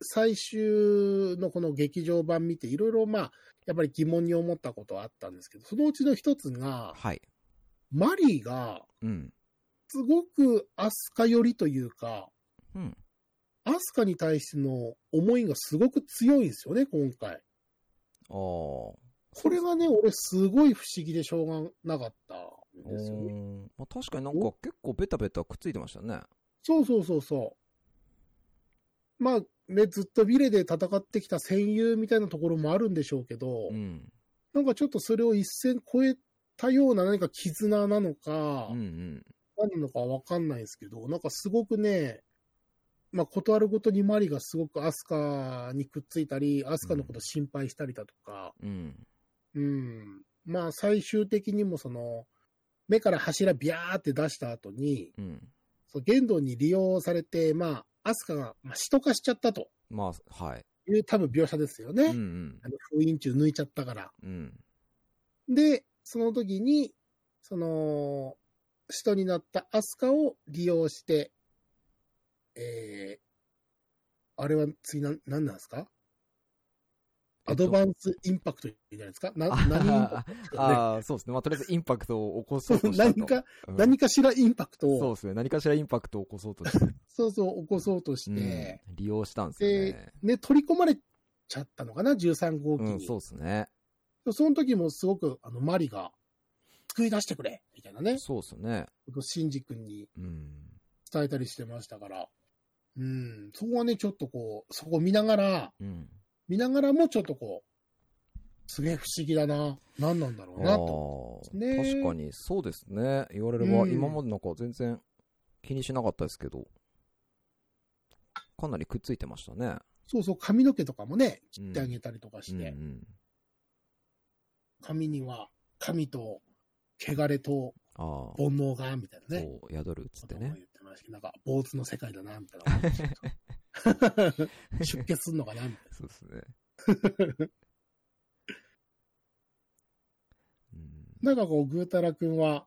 S1: 最終のこの劇場版見て、いろいろまあ、やっぱり疑問に思ったことはあったんですけど、そのうちの一つが、
S2: はい。
S1: マリーが、
S2: うん。
S1: すごくアスカ寄りというか、
S2: うん。
S1: アスカに対しての思いがすごく強いんですよね、今回。
S2: ああ。お
S1: これがね、俺すごい不思議でしょうがなかったんですよね。
S2: ーまあ、確かになんか結構ベタベタくっついてましたね。
S1: そうそうそうそう。まあね、ずっとビレで戦ってきた戦友みたいなところもあるんでしょうけど、
S2: うん。
S1: なんかちょっとそれを一線超えたような何か絆なのか、
S2: うんうん。
S1: 何なのかわかんないですけど、なんかすごくね、まあ、ことあるごとにマリがすごくアスカにくっついたり、アスカのこと心配したりだとか、
S2: うん。
S1: うん。まあ、最終的にもその、目から柱ビャーって出した後に、
S2: うん。
S1: そう言動に利用されて、まあ、アスカが、まあ、死と化しちゃったと
S2: まあ、はい。
S1: いう多分描写ですよね。
S2: うんうん
S1: あ。の封印中抜いちゃったから。
S2: うん。
S1: で、その時に、その、使徒になったアスカを利用して、えー、あれは次なん、何なんですかアドバンスインパクトじゃないですか、な何インパクトですかね
S2: ああ、そうですね。まあ、とりあえずインパクトを起こそうとしたと。
S1: 何か、
S2: うん、
S1: 何かしらインパクト
S2: そう
S1: を、
S2: ですね。何かしらインパクトを起こそうとして。
S1: そうそう、起こそうとし
S2: うん
S1: て、
S2: 利用したんですよね。
S1: ね、取り込まれちゃったのかな、13号機
S2: う
S1: に。
S2: ん、そうですね。
S1: その時もすごく、あの、マリが、救い出してくれみたいなね、
S2: そうですね。
S1: シンジ君に
S2: うん。
S1: 伝えたりしてましたから。うん、そこはね、ちょっとこう、そこ見ながら、
S2: うん。
S1: 見ながらもちょっとこう、すげえ不思議だな、何なんだろうな、と。
S2: あ
S1: ね
S2: ー確かに、そうですね。言われれば、
S1: うん
S2: 今までなんか全然気にしなかったですけど、かなりくっついてましたね。
S1: そうそう、髪の毛とかもね、
S2: う
S1: 切
S2: ん
S1: ってあげたりとかして、
S2: うんうん
S1: 髪には、髪と、汚れと、
S2: ああ、
S1: 煩悩が、みたいなね。
S2: そう、宿るっつって
S1: ことも
S2: ね
S1: 言。ってましたけどなんか、坊主の世界だな、みたいな。 出血すんのかなみたい
S2: そうで すね。うん、
S1: な。なんかこう、ぐうたらくんは、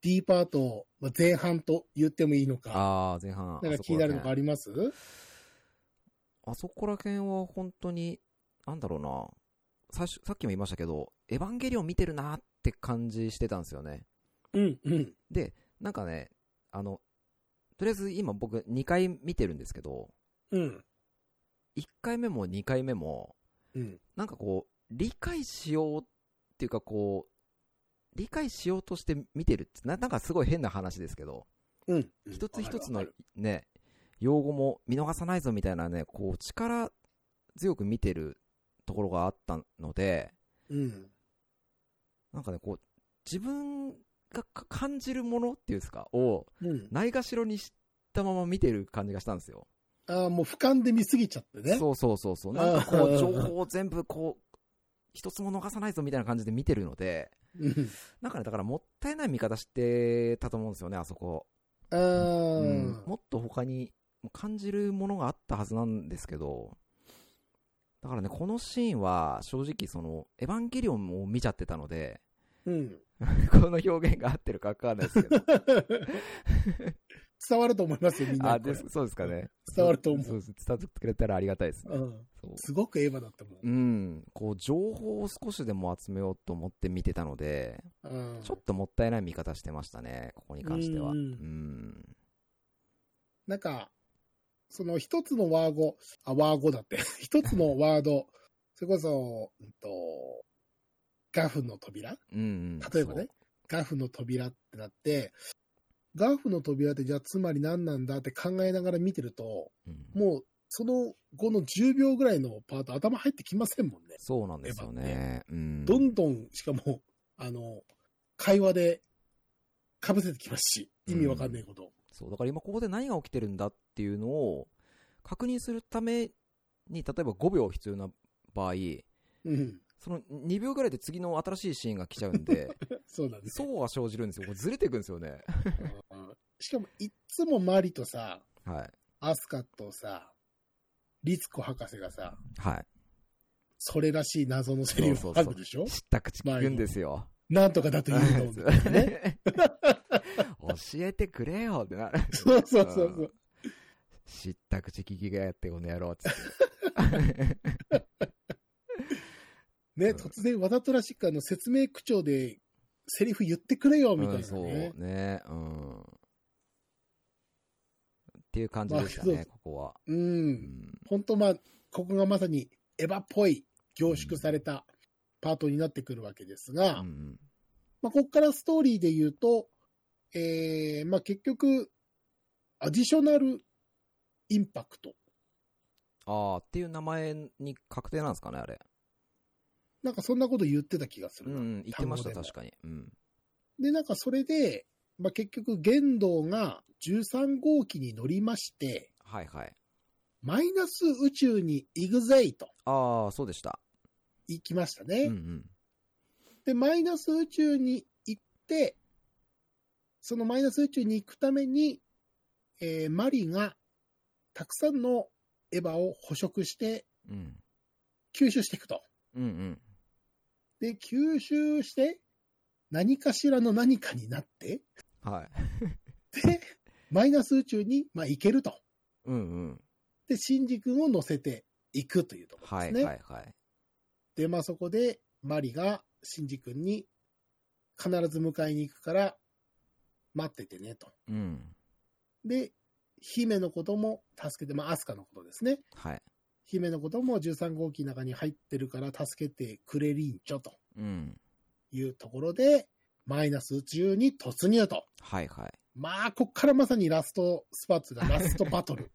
S1: D パート、まあ、前半と言ってもいいのか、
S2: ああ、前半。
S1: なんか気になるのかあります
S2: あそこら辺は本当に、なんだろうな、最初さっきも言いましたけど、エヴァンゲリオン見てるなって感じしてたんですよね。
S1: うん、うん。
S2: で、なんかね、あの、とりあえず今僕2回見てるんですけど、
S1: うん、
S2: 1回目も2回目も、
S1: うん。
S2: なんかこう、理解しようっていうかこう、理解しようとして見てるって、ななんかすごい変な話ですけど、
S1: うん。
S2: 一つ一つ
S1: わ
S2: の
S1: かる
S2: ね、用語も見逃さないぞみたいなね、こう力強く見てるところがあったので、
S1: わかるうん。
S2: なんかね、こう、自分がか感じるものっていうんですか、を
S1: うん。
S2: ないがしろにしたまま見てる感じがしたんですよ。
S1: ああ、もう俯瞰で見すぎちゃってね。
S2: そうそうそうそう。なんかこ
S1: あ
S2: う、
S1: ー
S2: 情報を全部こう、一つも逃さないぞみたいな感じで見てるので、
S1: うん。
S2: なんかね、だからもったいない見方してたと思うんですよね、あそこ。
S1: あ
S2: う
S1: ー
S2: んもっと他に感じるものがあったはずなんですけど、だからね、このシーンは正直その、エヴァンゲリオンを見ちゃってたので、
S1: うん。
S2: この表現が合ってるかわかんないですけど、
S1: 伝わると思いますよ、みんな。
S2: あ、です、そうですかね。
S1: 伝わると思う
S2: そうです。伝わってくれたらありがたいですね。
S1: うん。
S2: そう
S1: すごくエヴァだったもん。
S2: うん。こう、情報を少しでも集めようと思って見てたので、
S1: うん
S2: ちょっともったいない見方してましたね、ここに関しては。
S1: う
S2: うんん。
S1: なんか、その一つのワー語、あ、ワー語だって、 一つのワード、それこそ、うんと、ガフの扉
S2: うんうん。
S1: 例えばね、ガフの扉ってなって、ガフの扉ってじゃあつまり何なんだって考えながら見てると、
S2: そう。うん
S1: もうその後の10秒ぐらいのパート頭入ってきませんもんね。
S2: そうなんですよね。うん。
S1: どんどん、しかも、あの、会話で被せてきますし、意味わかんないこと。
S2: そう、だから今ここで何が起きてるんだっていうのを確認するために、例えば5秒必要な場合、
S1: うん。
S2: その2秒ぐらいで次の新しいシーンが来ちゃう んで、
S1: そうなんです
S2: そうは生じるんですよ。これずれていくんですよね。
S1: うんしかも、いっつもマリとさ、
S2: はい。
S1: アスカとさ、リツコ博士がさ、
S2: は
S1: それらしい謎のセリフ
S2: そ
S1: を
S2: うそ
S1: 吐
S2: うそう
S1: くでしょ
S2: い。知った口聞くんですよ。
S1: なんとかだと言うの、 ね。
S2: 教えてくれよってなる。
S1: そうそうそうそう。
S2: 知った口聞きがやってこの野郎っつって。
S1: ね、
S2: うん
S1: 突然、わざとらしくあの説明口調でセリフ言ってくれ よみた
S2: う
S1: い
S2: ん、
S1: な
S2: そう
S1: ね。
S2: ね、うん。っていう感じでした
S1: まあ
S2: ね、ここは。
S1: う。
S2: うんん
S1: 本当まあ、ここがまさにエヴァっぽい凝縮されたパートになってくるわけですが、
S2: うん
S1: まあ、ここからストーリーで言うと、えー、まあ結局、アディショナルインパクト。
S2: ああ、っていう名前に確定なんですかね、あれ。
S1: なんかそんなこと言ってた気がす
S2: う
S1: る
S2: ん
S1: な。
S2: うん、言ってました、
S1: 単語でも
S2: 確かに。うん。
S1: で、なんかそれで、まあ結局、玄道が13号機に乗りまして、
S2: はいはい。
S1: マイナス宇宙に行くぜいと。
S2: ああ、そうでした。
S1: 行きましたね。
S2: うんうん。
S1: で、マイナス宇宙に行って、そのマイナス宇宙に行くために、えーマリがたくさんのエヴァを捕食して
S2: うん。
S1: 吸収していくと。
S2: うんうん。
S1: で、吸収して、何かしらの何かになって、
S2: はい。
S1: で、マイナス宇宙に、まあ、行けると。
S2: うんうん。
S1: で、シンジ君を乗せていくというところ
S2: は
S1: です
S2: い
S1: ね。
S2: はいはい。
S1: で、まあそこで、マリがシンジ君に必ず迎えに行くから、待っててねと。
S2: うん。
S1: で、姫のことも助けて、まあ、アスカのことですね。
S2: はい。
S1: 姫のことも13号機の中に入ってるから助けてくれりんちょと
S2: うん。
S1: いうところで、マイナス宇宙に突入と。
S2: はいはい。
S1: まあ、こっからまさにラストスパーツがラストバト ル。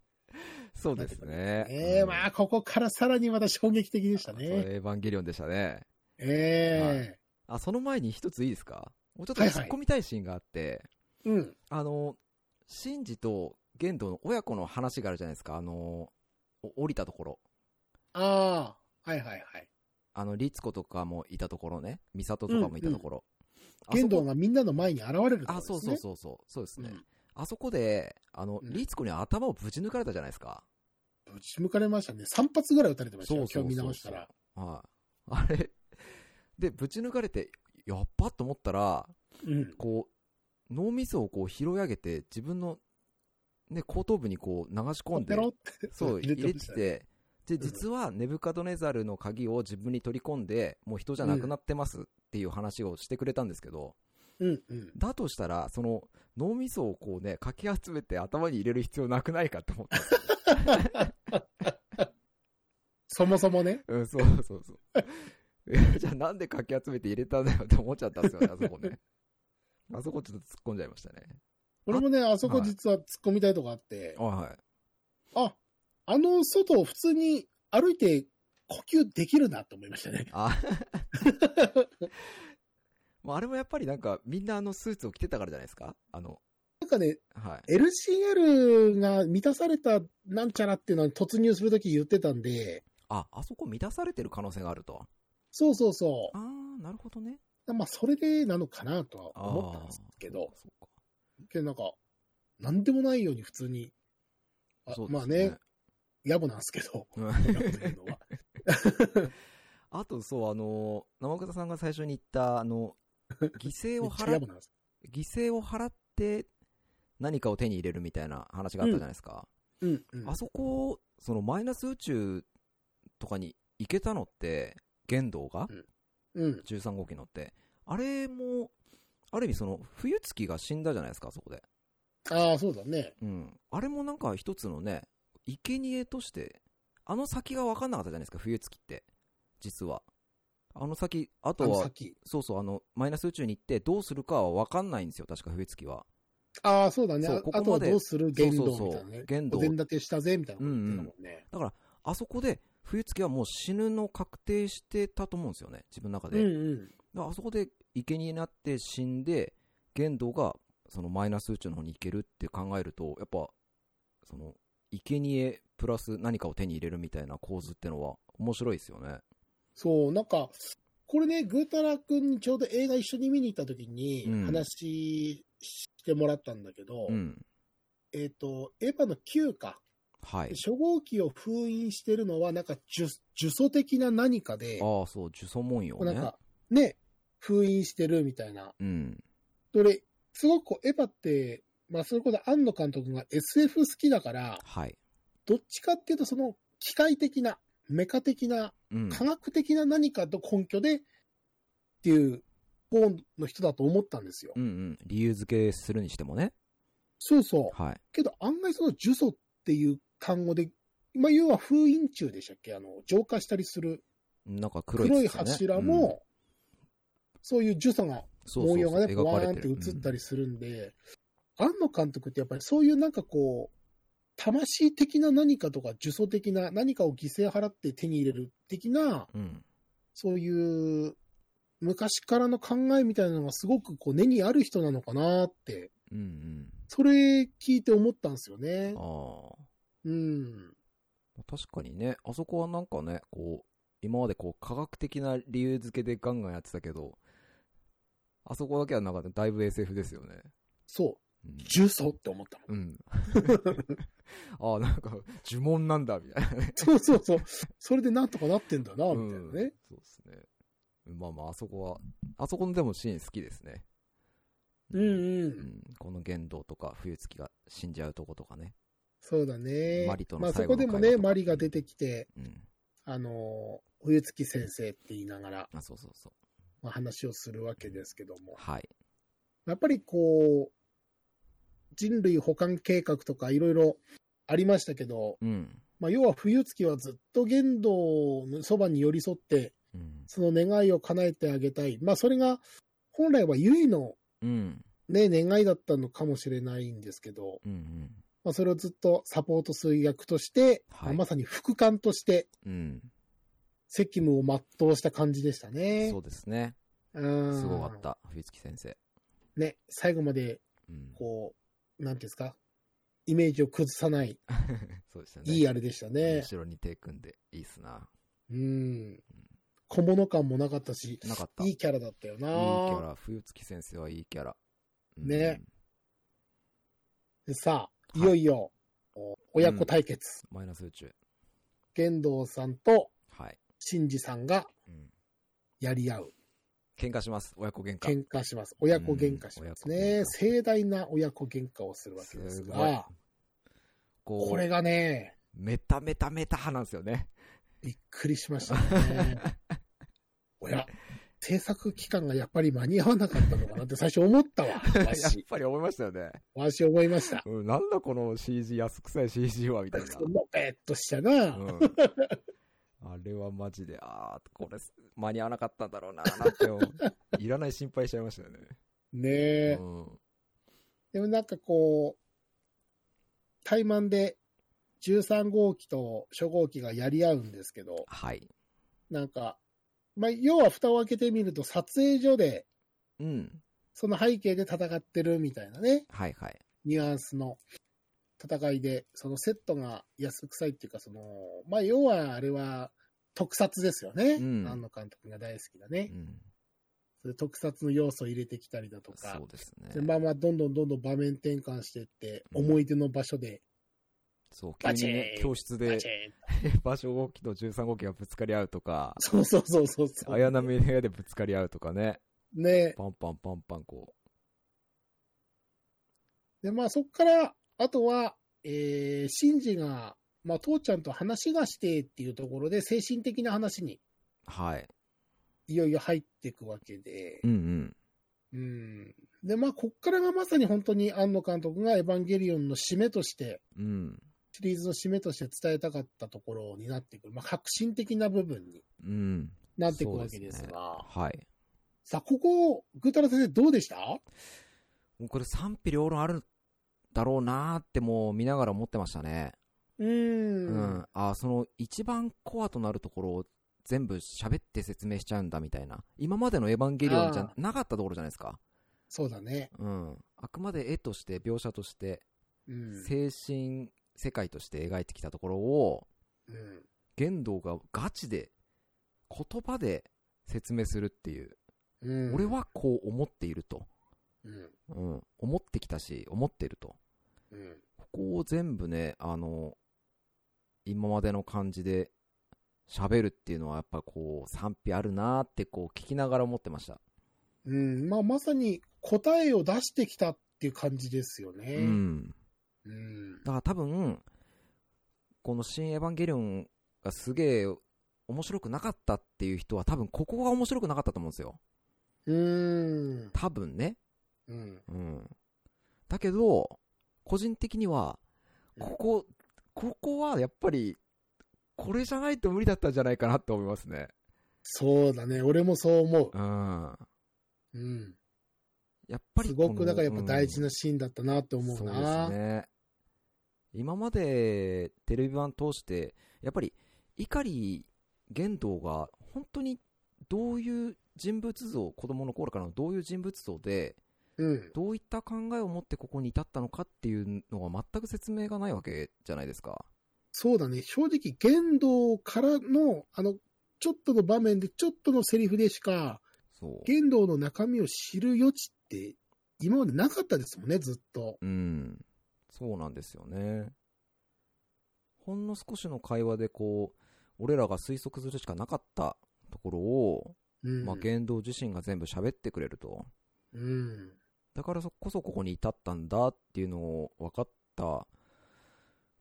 S2: そうですね。
S1: ええ
S2: うん
S1: まあ、ここからさらにまた衝撃的でした
S2: そうエ
S1: ね。
S2: ヴァンゲリオンでしたね。
S1: え
S2: あ、その前に一ついいですかもうちょっと
S1: はいはい
S2: 突っ込みたいシーンがあって、
S1: えうん。
S2: あの、シンジと玄道の親子の話があるじゃないですか、あの、お降りたところ。
S1: ああ、はいはいはい。
S2: あの、律子とかもいたところね。美里とかもいたところ。あそこ
S1: 玄道がみんなの前に現れるところ
S2: あ、
S1: ですね。
S2: そうそうそうそう。そうですね。
S1: うん
S2: あそこで、あの、
S1: うん
S2: 律子に頭をぶち抜かれたじゃないですか。
S1: 打ち抜かれましたね。3発ぐらい撃たれてましたよ。
S2: そうそ
S1: 今
S2: うそうそう
S1: 日見直したら。
S2: はい。あれ、で、ぶち抜かれて、やっぱと思ったら、
S1: うん。
S2: こう、脳みそをこう拾い上げて、自分の、ね、後頭部にこう流し込んで
S1: ペ、ロって。
S2: そう、入れ
S1: ま
S2: て
S1: した
S2: て、
S1: ね
S2: で、実はネブカドネザルの鍵を自分に取り込んで、もう人じゃなくなってますっていう話をしてくれたんですけど、
S1: うんうん。
S2: だとしたら、その、脳みそをこうね、かき集めて頭に入れる必要なくないかと思 って。
S1: そもそもね。
S2: うん、そうそうそう。いやじゃあなんでかき集めて入れたんだよって思っちゃったんですよね、あそこね。あそこちょっと突っ込んじゃいましたね。
S1: 俺もね、あそこ実は突っ込みたいとこあって、
S2: はいはい。
S1: あ、あの外を普通に歩いて呼吸できるなって思いましたね。
S2: あまああれもやっぱりなんか、みんなあのスーツを着てたからじゃないですかあの、
S1: なんかね、
S2: はい。
S1: LCL が満たされたなんちゃらっていうのに突入するとき言ってたんで、
S2: あ、あそこ満たされてる可能性があると。
S1: そうそうそ
S2: ああ、なるほどね。
S1: う。まあ、それでなのかなとは
S2: あー
S1: 思ったんですけど、
S2: そうか
S1: けどなんか、なんでもないように普通に、あ
S2: そうか
S1: まあね、。野暮なんですけど、
S2: そうで
S1: 野
S2: すねうん
S1: 暮というのは。
S2: あと、そう、あの、生方さんが最初に言った、あ の、犠牲
S1: め
S2: を
S1: っちゃ野
S2: 払っ
S1: 暮なんです。
S2: 犠牲を払って何かを手に入れるみたいな話があったじゃないですか、
S1: うん、うん。
S2: あそこそのマイナス宇宙とかに行けたのって玄道が
S1: うん。
S2: 13号機乗ってあれもある意味その冬月が死んだじゃないですかあそこで、
S1: ああ、そうだね。
S2: うん、あれもなんか一つのね生贄としてあの先が分かんなかったじゃないですか冬月って実はあの先あ
S1: あ
S2: と
S1: の
S2: は
S1: 先。
S2: そうそうあのマイナス宇宙に行ってどうするかは分かんないんですよ確か冬月は
S1: ああ、そうだね。
S2: そう
S1: あ
S2: ここ
S1: あと
S2: ま
S1: は
S2: で
S1: どうする言動みたい
S2: そ
S1: な
S2: うそう
S1: ね
S2: そ。う言動
S1: お膳立てしたぜ、みたいなこと言ってたもんね。
S2: だから、あそこで、冬月はもう死ぬの確定してたと思うんですよね、自分の中
S1: うん
S2: で。だか
S1: うん。
S2: らあそこで、生贄になって死んで、玄道が、そのマイナス宇宙の方に行けるって考えると、やっぱ、その、生贄プラス何かを手に入れるみたいな構図ってのは面白いですよね。
S1: そう、なんか、これね、ぐーたらくんにちょうど映画一緒に見に行った時に
S2: うん
S1: 話してもらったんだけど、
S2: うん。
S1: えっ、と、エヴァの9か、
S2: はい。
S1: 初号機を封印してるのは、なんか呪、呪詛的な何かで、
S2: ああ、そう、呪詛文様
S1: なん
S2: ね。
S1: か、ね、封印してるみたいな。
S2: うん。
S1: どれ、すごくこうエヴァって、まあ、それこそ庵野監督が SF 好きだから、
S2: はい。
S1: どっちかっていうと、その、機械的な、メカ的な、
S2: うん。
S1: 科学的な何かと根拠でっていう方の人だと思ったんですよ
S2: う。んうん。理由付けするにしてもね。
S1: そうそう。
S2: はい。
S1: けど案外その呪詛っていう単語で、まあ要は封印中でしたっけあの、浄化したりする
S2: なんか黒い
S1: 黒い
S2: 筒ね
S1: 柱
S2: うん
S1: も、そういう呪詛が、
S2: そうそ
S1: 模
S2: う
S1: 様
S2: そう
S1: がね、
S2: 描か
S1: わー
S2: れ
S1: ンってて
S2: る
S1: 映った
S2: うん
S1: りするんで、庵野監督ってやっぱりそういうなんかこう、魂的な何かとか呪詛的な何かを犠牲払って手に入れる的な
S2: うん。
S1: そういう昔からの考えみたいなのがすごくこう根にある人なのかなって、
S2: うん
S1: それ聞いて思ったんですよね
S2: うん。あ。あ。
S1: うん。
S2: 確かにね、あそこはなんかね、こう、今までこう科学的な理由付けでガンガンやってたけど、あそこだけはなんかね、だいぶ SF ですよね。
S1: そう
S2: うん。
S1: 呪詛って思ったもん。
S2: うん、 ああ、なんか、呪文なんだ、みたいなね。
S1: そうそうそう。それでなんとかなってんだな、
S2: う
S1: みたい
S2: ん
S1: なね。。
S2: そうですね。まあまあ、あそこは、あそこのでもシーン好きですね。
S1: うんう。
S2: うんん。この言動とか、冬月が死んじゃうとことかね。
S1: そうだね。
S2: マリと
S1: ま
S2: の
S1: あそ
S2: 最
S1: こ
S2: 後の
S1: で
S2: 会話と
S1: も
S2: か
S1: ね、マリが出てきて、
S2: うん。
S1: あのー、冬月先生って言いながら、
S2: あ、そうそうそう。
S1: まあ、話をするわけですけども。
S2: はい。
S1: やっぱりこう、人類保管計画とかいろいろありましたけど、
S2: うん。
S1: まあ、要は冬月はずっと玄道のそばに寄り添って、
S2: うん。
S1: その願いを叶えてあげたい。まあ、それが、本来は唯の
S2: うん。
S1: ね、願いだったのかもしれないんですけど、
S2: うん。うん。
S1: まあ、それをずっとサポートする役として、
S2: はい
S1: まあまさに副官として、
S2: うん。
S1: 責務を全うした感じでしたね。
S2: そうですね。
S1: うん
S2: すごかっ。た、冬月先生。
S1: ね、最後まで、
S2: うん、
S1: こう、なんていうんですか、イメージを崩さない、
S2: そうでしたね。
S1: いいあれでしたね。
S2: 後ろに手組んで、いいっすな。
S1: うん。小物感もなかったし、
S2: なかった。
S1: い
S2: い
S1: いキャラだったよな。
S2: いキャラ、冬月先生はいいキャラ。うん
S1: ね。でさあ、
S2: い
S1: いよいよ、お親子対決。
S2: マイナス宇宙。
S1: 玄道さんと
S2: はい。
S1: 真治さんが
S2: うん。
S1: やり合う。
S2: 喧嘩します。親子喧嘩。
S1: 喧嘩します。親子喧嘩します
S2: う
S1: ね
S2: ん。
S1: 盛大な親子喧嘩をするわけです
S2: すごい
S1: が、。
S2: こう、
S1: これがね、
S2: メタメタメタ派なんですよね。
S1: びっくりしました ね。おや、制作期間がやっぱり間に合わなかったのかなって最初思 ったわ。わ
S2: やっ
S1: し、
S2: ぱり思いましたよね。
S1: わし思いました。
S2: うん、なんだこの CG、安臭い CG は、みたいな。
S1: のべっとしたな。
S2: うん、あれはマジで、ああ、これ間に合わなかったんだろうな、なんて思う、いらない心配しちゃいましたよね。
S1: ね
S2: う
S1: え。
S2: ん、
S1: でもなんかこう、対マンで13号機と初号機がやり合うんですけど、
S2: はい。
S1: なんか、まあ、要は蓋を開けてみると撮影所で、
S2: うん。
S1: その背景で戦ってるみたいなね、
S2: はいはい。
S1: ニュアンスの戦いで、そのセットが安臭いっていうか、その、まあ、要はあれは特撮ですよね。
S2: うん
S1: 庵野監督が大好きだね
S2: う。ん、
S1: そういう特撮の要素を入れてきたりだとか
S2: そ、うですね
S1: で。まあまあ、どんどんどんどん場面転換していって、
S2: うん
S1: 思い出の場所で、
S2: そう、急
S1: バチー
S2: に
S1: ン
S2: ね、教室
S1: パ
S2: で
S1: チン
S2: 場所号機と13号機がぶつかり合うとか、
S1: そうそうそうそうそう。
S2: 綾波部屋でぶつかり合うとかね、
S1: ね。
S2: パンパンパンパンこ
S1: で、まあそこから、あとは、えー、シンジが、まあ父ちゃんと話がしてっていうところで、精神的な話に
S2: う。はい。
S1: いよいよ入っていくわけで
S2: う、ん
S1: う
S2: うん。
S1: ん。で、まあこっからがまさに本当に庵野監督がエヴァンゲリオンの締めとして、
S2: うん。
S1: シリーズの締めとして伝えたかったところになってくる。まあ革新的な部分に
S2: うん。
S1: なっていくわけですが。
S2: はい。
S1: さあ、ここ、ぐーたら先生どうでした
S2: もうこれ賛否両論あるだろうなーってもう見ながら思ってましたね。
S1: うー。
S2: うんん、あその一番コアとなるところを全部喋って説明しちゃうんだみたいな今までの「エヴァンゲリオン」じゃ
S1: あ
S2: なかったところじゃないですか、
S1: そうだね。
S2: うん、あくまで絵として描写として
S1: うん。
S2: 精神世界として描いてきたところを
S1: うん
S2: 玄道がガチで言葉で説明するっていう、
S1: うん
S2: 俺、はこう思っていると、
S1: うん。
S2: うん、思ってきたし思ってると
S1: うん。
S2: ここを全部ね、あの、今までの感じで喋るっていうのはやっぱこう賛否あるなーってこう聞きながら思ってました。
S1: うん、まあ、まさに答えを出してきたっていう感じですよね。
S2: うん。
S1: うん。
S2: だから多分、この新エヴァンゲリオンがすげえ面白くなかったっていう人は多分ここが面白くなかったと思うんですよ。
S1: うん。
S2: 多分ね。
S1: うん。
S2: うん。だけど、個人的には、ここ、ここはやっぱり、これじゃないと無理だったんじゃないかなって思いますね。
S1: そうだね。俺もそう思
S2: うん。
S1: う。うん。
S2: やっぱり
S1: す
S2: この
S1: ごく、だからやっぱ大事
S2: うん
S1: なシーンだったなって思うな。
S2: そうですね。今までテレビ版通して、やっぱり碇玄道が本当にどういう人物像、子供の頃からのどういう人物像で、
S1: うん。
S2: どういった考えを持ってここに至ったのかっていうのは全く説明がないわけじゃないですか。
S1: そうだね。正直、言動からの、あの、ちょっとの場面で、ちょっとのセリフでしか、
S2: そう。
S1: 言動の中身を知る余地って、今までなかったですもんね、ずっと。
S2: うん。そうなんですよね。ほんの少しの会話でこう、俺らが推測するしかなかったところを、
S1: うん。
S2: まあ、言動自身が全部喋ってくれると。
S1: うん。
S2: だからそこそここに至ったんだっていうのを分かった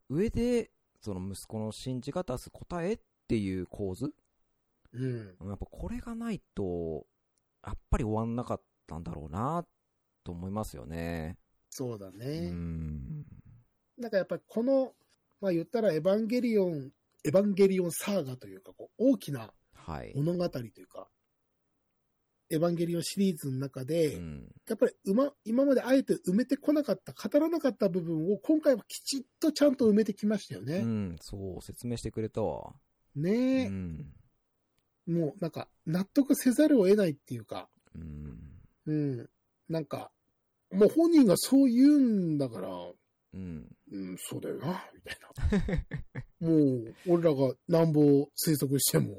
S2: 上で、その息子の信じが出す答えっていう構図
S1: うん。
S2: やっぱこれがないと、やっぱり終わんなかったんだろうなと思いますよね。
S1: そうだね。
S2: うん。
S1: なんかやっぱりこの、まあ言ったらエヴァンゲリオン、エヴァンゲリオンサーガというか、こう大きな
S2: はい。
S1: 物語というか、エヴァンゲリオンシリーズの中で、
S2: うん。
S1: やっぱりうま今まであえて埋めてこなかった、語らなかった部分を今回はきちっとちゃんと埋めてきましたよ
S2: う
S1: ね。
S2: ん、そう、説明してくれたわ。う
S1: ねえ、
S2: ん。
S1: もうなんか納得せざるを得ないっていうか、
S2: うん。
S1: うん、なんか、もう本人がそう言うんだから、
S2: うん。
S1: うん、そうだよな、みたいな。もう、俺らが乱暴推測しても、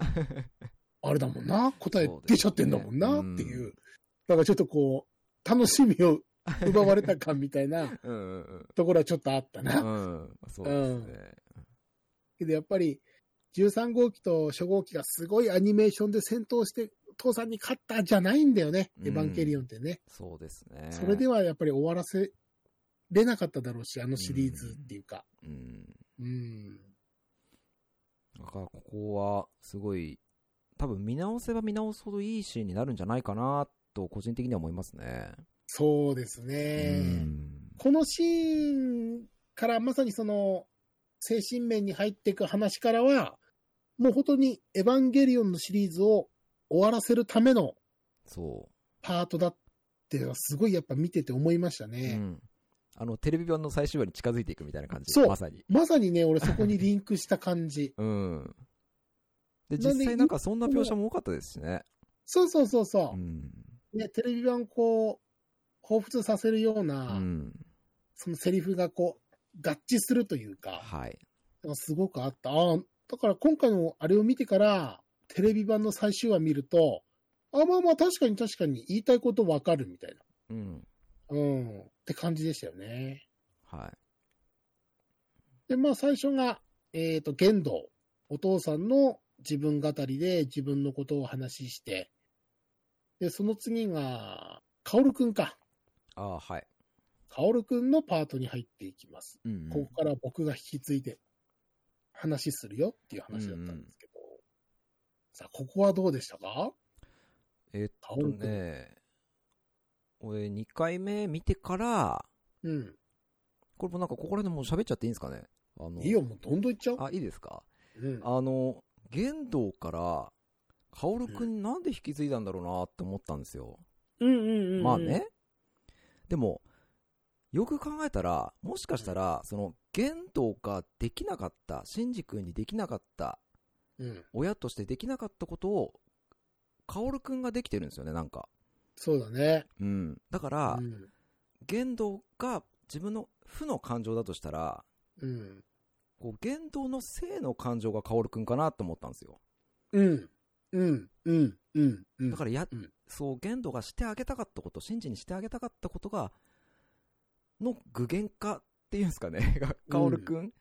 S1: あれだもんな、答え出ちゃってんだもんな、
S2: そうですね
S1: っていうう。だからちょっとこう、楽しみを奪われた感みたいな
S2: うんうん
S1: ところはちょっとあった
S2: う
S1: な。
S2: ん。うん。そうですね。
S1: けどやっぱり、 13号機と初号機がすごいアニメーションで戦闘して、父さんに勝ったじゃないんだよね、
S2: うん
S1: エヴァンゲリオンってね。
S2: そうですね。
S1: それではやっぱり終わらせれなかっただろうし、あのシリーズっていうか。
S2: うん。
S1: うん。
S2: だからここは、すごい、多分見直せば見直すほどいいシーンになるんじゃないかな、と個人的には思いますね。
S1: そうですね。
S2: うん
S1: このシーンからまさにその精神面に入っていく話からは、もう本当にエヴァンゲリオンのシリーズを終わらせるための
S2: そ
S1: パートだっていうのはすごいやっぱ見てて思いました
S2: う。う
S1: ね。
S2: ん。あの、テレビ版の最終話に近づいていくみたいな感じ。
S1: そう
S2: まさに。。
S1: まさにね、俺そこにリンクした感じ
S2: うん。で、
S1: なんで
S2: 実際なんかそんな描写も多かったですしね。
S1: そうそうそうそうう。
S2: ん。
S1: ね、テレビ版こう、彷彿させるよう
S2: う
S1: な、
S2: ん。
S1: そのセリフがこう、合致するというか、
S2: はい。
S1: すごくあった。ああ、だから今回のあれを見てから、テレビ版の最終話見ると、あ、まあまあ確かに確かに言いたいことわかるみたいな。
S2: うん。
S1: うん。って感じでしたよね。
S2: は
S1: で、まあ最初が、えっ、と、玄道。お父さんの自分語りで自分のことを話しして、で、その次が、カオルくんか。
S2: い。ああ、はい。
S1: カオルくんのパートに入っていきます。
S2: うんうん、
S1: ここから僕が引き継いで話するよっていう話だったんですけど、さあ、ここはどうでしたか
S2: えっ
S1: カオ
S2: と
S1: ルくん。
S2: ね、俺2回目見てから、
S1: うん。
S2: これもなんかここら辺もう喋っちゃっていいんですかねあの
S1: いいよ、もうどんどんいっちゃおう。
S2: あ、いいですか
S1: うん、
S2: あの、玄道から、薫くんなんで引き継いだんだろうなって思ったんですよ。
S1: うんうんうんうん
S2: まあ。ね。でも、よく考えたら、もしかしたら、その、玄道ができなかった、真治君にできなかった、
S1: うん。
S2: 親としてできなかったことを、薫くんができてるんですよね、なんか。
S1: そうだね。
S2: うん。だか
S1: う
S2: ら、
S1: ん。
S2: 言動が自分の負の感情だとしたら、
S1: うん。
S2: こう言動の性の感情が薫くんかなと思ったんですよ。
S1: うん。うん。うん。うん。うん。
S2: だからや、
S1: うん
S2: そう、言動がしてあげたかったこと、真治にしてあげたかったことが、の具現化っていうんですかね、 が薫くん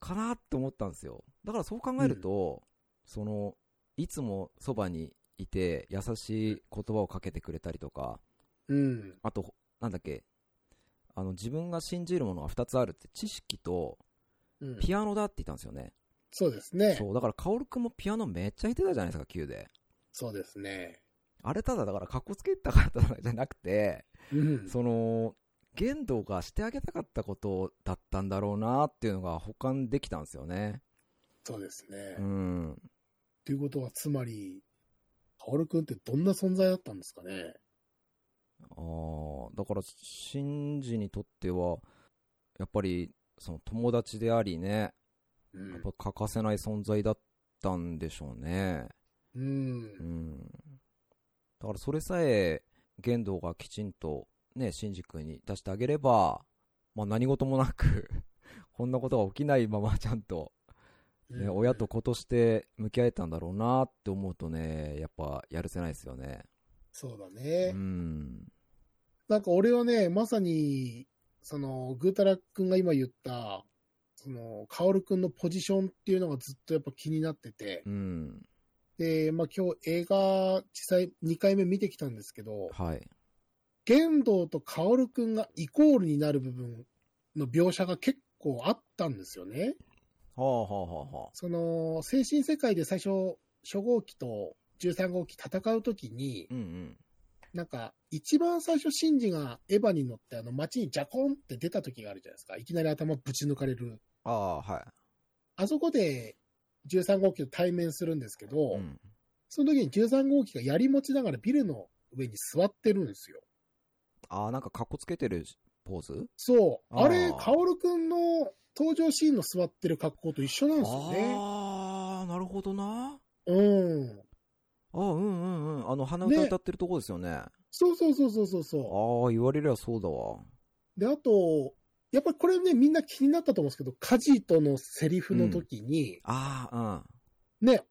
S2: かなって思ったんですよ。だからそう考えると、その、いつもそばにいて、優しい言葉をかけてくれたりとか、
S1: うん。
S2: あと、なんだっけ、あの、自分が信じるものが2つあるって、知識と
S1: うん。
S2: ピアノだって言ったんですよね。
S1: そうですね。そう
S2: そう、だから、薫君もピアノめっちゃ弾いてたじゃないですか、9で。
S1: ですね。
S2: あれただ、だから、かっこつけたかったじゃなくて、
S1: うん。
S2: その、言動がしてあげたかったことだったんだろうなっていうのが保管できたんですよね。
S1: そうですね。
S2: う
S1: っ
S2: ん。
S1: ていうことは、つまり、カオルくんってどんな存在だったんですかね。
S2: ああ、だから、シンジにとっては、やっぱり、その友達でありね、
S1: う
S2: やっ
S1: ん。
S2: ぱ欠かせない存在だったんでしょうね。
S1: う。
S2: うんん。だからそれさえ、玄道がきちんと、ね、シンジ君に出してあげれば、まあ何事もなく、 こんなことが起きないままちゃんと、ね、
S1: うん
S2: 親と子として向き合えたんだろうなって思うとね、やっぱやるせないですよね。
S1: そうだ
S2: う
S1: ね。
S2: ん。
S1: なんか俺はね、まさに、その、ぐーたらくんが今言った、その、カオルくんのポジションっていうのがずっとやっぱ気になってて
S2: う、ん。
S1: で、まあ今日映画、実際2回目見てきたんですけど、
S2: はい。
S1: 玄道とカオルくんがイコールになる部分の描写が結構あったんですよね。
S2: はあはあはあはあ。
S1: その、精神世界で最初、初号機と13号機戦うときに、
S2: うんうん。
S1: なんか、一番最初、シンジがエヴァに乗って、あの、街にジャコンって出た時があるじゃないですか。いきなり頭ぶち抜かれる。
S2: ああ、は
S1: あそこで、13号機と対面するんですけど、
S2: い。うん。
S1: その時に13号機が槍持ちながらビルの上に座ってるんですよ。
S2: ああ、なんか格好つけてるポーズ
S1: そう。あれ
S2: あ、ー
S1: カオルくんの登場シーンの座ってる格好と一緒なんですよね。
S2: ああ、なるほどな。
S1: うん。
S2: ああ、うんうんうん。あの、鼻歌
S1: ね
S2: 歌ってるとこですよね
S1: そうそうそうそうそうそ
S2: ああ、言われりゃそうだわ。
S1: う。で、あと、やっぱりこれね、みんな気になったと思うんですけど、カジトのセリフの時に、
S2: ああ、
S1: ね、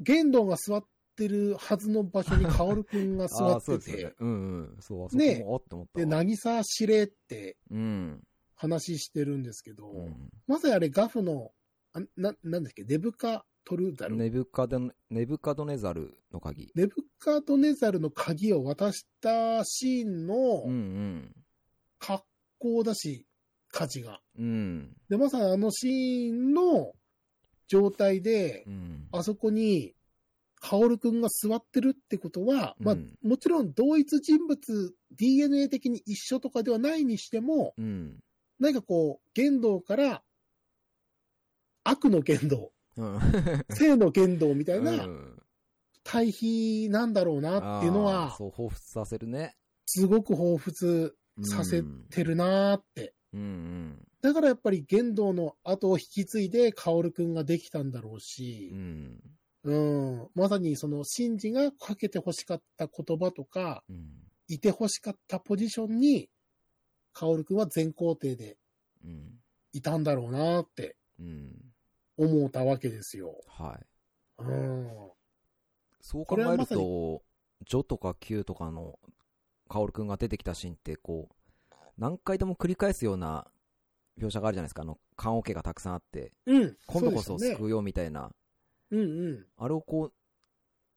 S1: 玄道が座ってるはずの場所に薫くんが
S2: うん。 あ
S1: 座
S2: あ、
S1: っ
S2: そう
S1: て
S2: ですよね
S1: て、。
S2: うんうん。そう、あそこ
S1: ね
S2: も、あって思った
S1: で、
S2: わ。
S1: 渚司令って
S2: うん。
S1: 話してるんですけど、
S2: うん
S1: まさにあれガフの、あな、なんだっけ、デブカトルザル。
S2: ネブカドネブカドネザルの鍵。
S1: ネブカドネザルの鍵を渡したシーン
S2: うんう
S1: の
S2: ん。
S1: 格好だし、火事が。
S2: うん。
S1: で、まさにあのシーンの状態で
S2: う、ん。
S1: あそこに、カオルくんが座ってるってことは、まあ
S2: うん、
S1: もちろん同一人物、DNA 的に一緒とかではないにしても、
S2: うん。
S1: 何かこう、言動から、悪の言 動、
S2: うん。
S1: 正の言動みたいうなん対比なんだろうなっていうの
S2: あー
S1: は、
S2: そう、彷彿させるね。
S1: すごく彷彿させ
S2: うん
S1: てるなーって。
S2: うん
S1: だからやっぱり言動の後を引き継いで、カオルくんができたんだろう
S2: う
S1: し
S2: ん。う、ん。
S1: うん、まさにその、シンジがかけて欲しかった言葉とか、
S2: うん。
S1: いて欲しかったポジションに、カオルくんは全肯定で
S2: うん。
S1: いたんだろうなって
S2: うん。
S1: 思ったわけですよ。
S2: はい。
S1: うん。
S2: そう考
S1: これ
S2: え
S1: は
S2: る
S1: まさに
S2: と、ジョとかキューとかのカオルくんが出てきたシーンって、こう、何回でも繰り返すような描写があるじゃないですか。あの、棺桶がたくさんあって、
S1: うん。
S2: 今度こそ
S1: うでした
S2: 救うよみたいな。
S1: ね。うんうん。
S2: あれをこ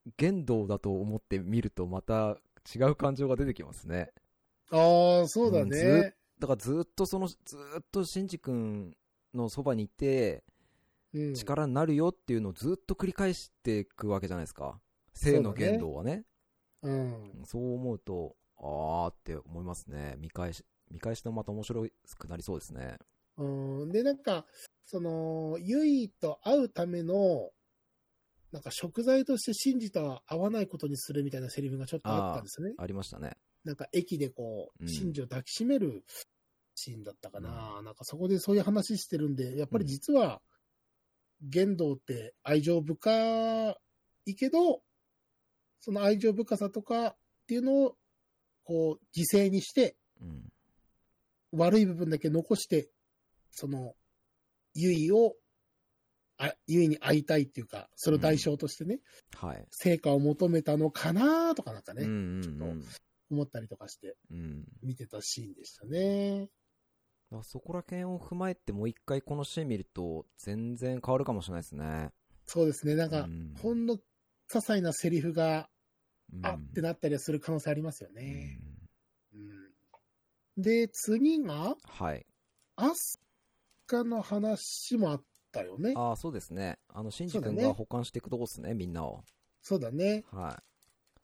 S2: う、言動だと思って見ると、また違う感情が出てきますね。
S1: ああ、そうだ
S2: うん
S1: ね。
S2: だからずっとその、ずっとシンジ君のそばにいて、
S1: うん。
S2: 力になるよっていうのをずっと繰り返していくわけじゃないですか。性の言動はね。
S1: うん。
S2: うんそう思うと、あーって思いますね。見返し、見返してもまた面白くなりそうですね。
S1: うん、で、なんか、その、ユイと会うための、なんか食材として真ジとは合わないことにするみたいなセリフがちょっとあったんですよね。
S2: ありましたね。
S1: なんか駅でこ
S2: うん
S1: う、真ジを抱きしめるシーンだったかな。なんかそこでそういう話してるんで、やっぱり実は、言動って愛情深いけど、その愛情深さとかっていうのを、こう、犠牲にして、
S2: うん。
S1: 悪い部分だけ残して、その、ユイを、あユイに会いたいっていうか、それを代償としてね、
S2: はい。
S1: 成果を求めたのかなとかなんかね、
S2: うんうん
S1: 思ったりとかして
S2: うん。うん。
S1: 見てたシーンでしたね。
S2: だからそこら辺を踏まえてもう一回このシーン見ると全然変わるかもしれないですね。
S1: そうですね、なんか、
S2: うん
S1: ほんの些細なセリフが、あって
S2: な
S1: なったりはする可能性ありますよね。うん、で、次が、
S2: はい。
S1: アスカの話もあったよね。
S2: ああ、そうですね。あの、シンジ
S1: そう
S2: 君
S1: だね
S2: が保管していくとこですね、みんなを。
S1: そうだね。
S2: はい。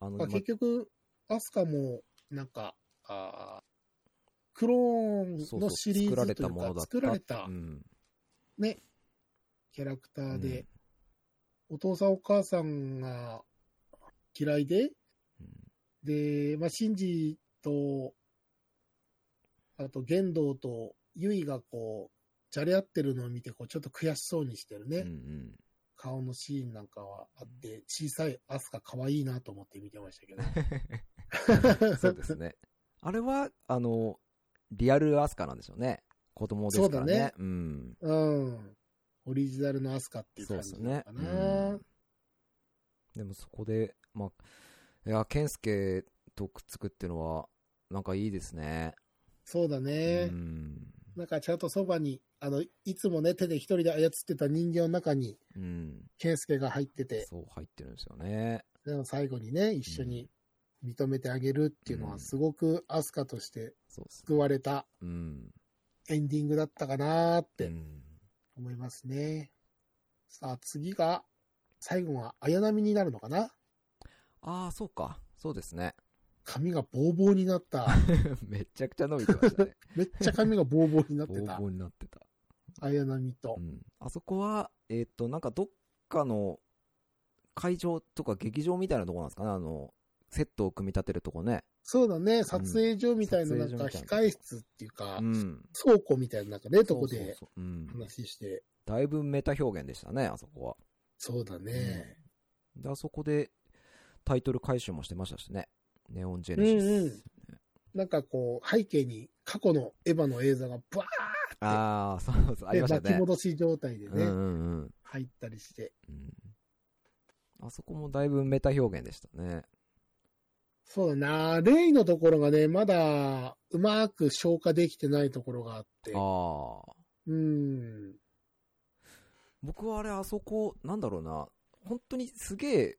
S2: あの、
S1: まあ、
S2: ま
S1: 結局、アスカも、なんか、あークローンのシリーズというか、作られた
S2: うん。
S1: キャラクターで、お父さんお母さんが嫌いで、
S2: うん、
S1: で、まあ、シンジと、あと、ゲンドウとユイがこう、じゃれ合ってるのを見て、こう、ちょっと悔しそうにしてるね、
S2: う んうん。
S1: 顔のシーンなんかはあって、小さいアスカ可愛いなと思って見てましたけど。
S2: そうですね。あれは、あの、リアルアスカなんでしょうね。子供ですからね。
S1: そうだね
S2: うん。
S1: うん。オリジナルのアスカっていう感じ
S2: そうっす
S1: な
S2: ね
S1: のかな。
S2: うんでもそこで、まあ、いや、ケンスケとくっつくっていうのは、なんかいいですね。
S1: そうだね
S2: う。ん。
S1: なんかちゃんとそばに、あの、いつもね、手で一人で操ってた人形の中に、
S2: うん。
S1: ケンスケが入ってて、
S2: そう入ってるんですよね。
S1: でも最後にね、一緒に認めてあげるっていうの
S2: う
S1: は、
S2: ん
S1: すごくアスカとして
S2: そうっすね。
S1: 救われた
S2: うん。
S1: エンディングだったかなーっ
S2: う
S1: て
S2: ん
S1: 思いますね。さあ、次が、最後は綾波になるのかな
S2: ああ、そうか。そうですね。
S1: 髪がボーボーになっ た。
S2: めちゃくちゃ伸びてまし たね。
S1: めっちゃ髪がボーボーになっ
S2: ボ
S1: て
S2: ー
S1: た
S2: ボ。ーになってた。
S1: 綾波と
S2: う。ん。あそこは、えっ、と、なんかどっかの会場とか劇場みたいなとこなんですかね。あの、セットを組み立てるとこね。
S1: そうだね、撮影所みたいな、
S2: 撮
S1: なん
S2: 影所
S1: か
S2: みたいな
S1: 控室っていうか
S2: う、ん。
S1: 倉庫みたいななんかね、とこ
S2: そう
S1: で
S2: そうそううん。
S1: 話して、
S2: だいぶメタ表現でしたね、あそこは。
S1: そうだね。
S2: で、あそこでタイトル回収もしてましたしね。ネオンジェ
S1: うん
S2: ネシス。
S1: うん。なんかこう、背景に過去のエヴァの映像がバ
S2: ああ、そうそう、
S1: ー
S2: あり
S1: っ
S2: ま
S1: て
S2: した
S1: 巻き
S2: ね。
S1: 戻し状態で
S2: うんう
S1: ね、
S2: んうん。
S1: 入ったりして、
S2: うんあそこもだいぶメタ表現でしたね。
S1: そうだな、レイのところがね、まだうまく消化できてないところがあって、
S2: ああ。
S1: うん。
S2: 僕はあれ、あそこ、なんだろうな、本当にすげえ、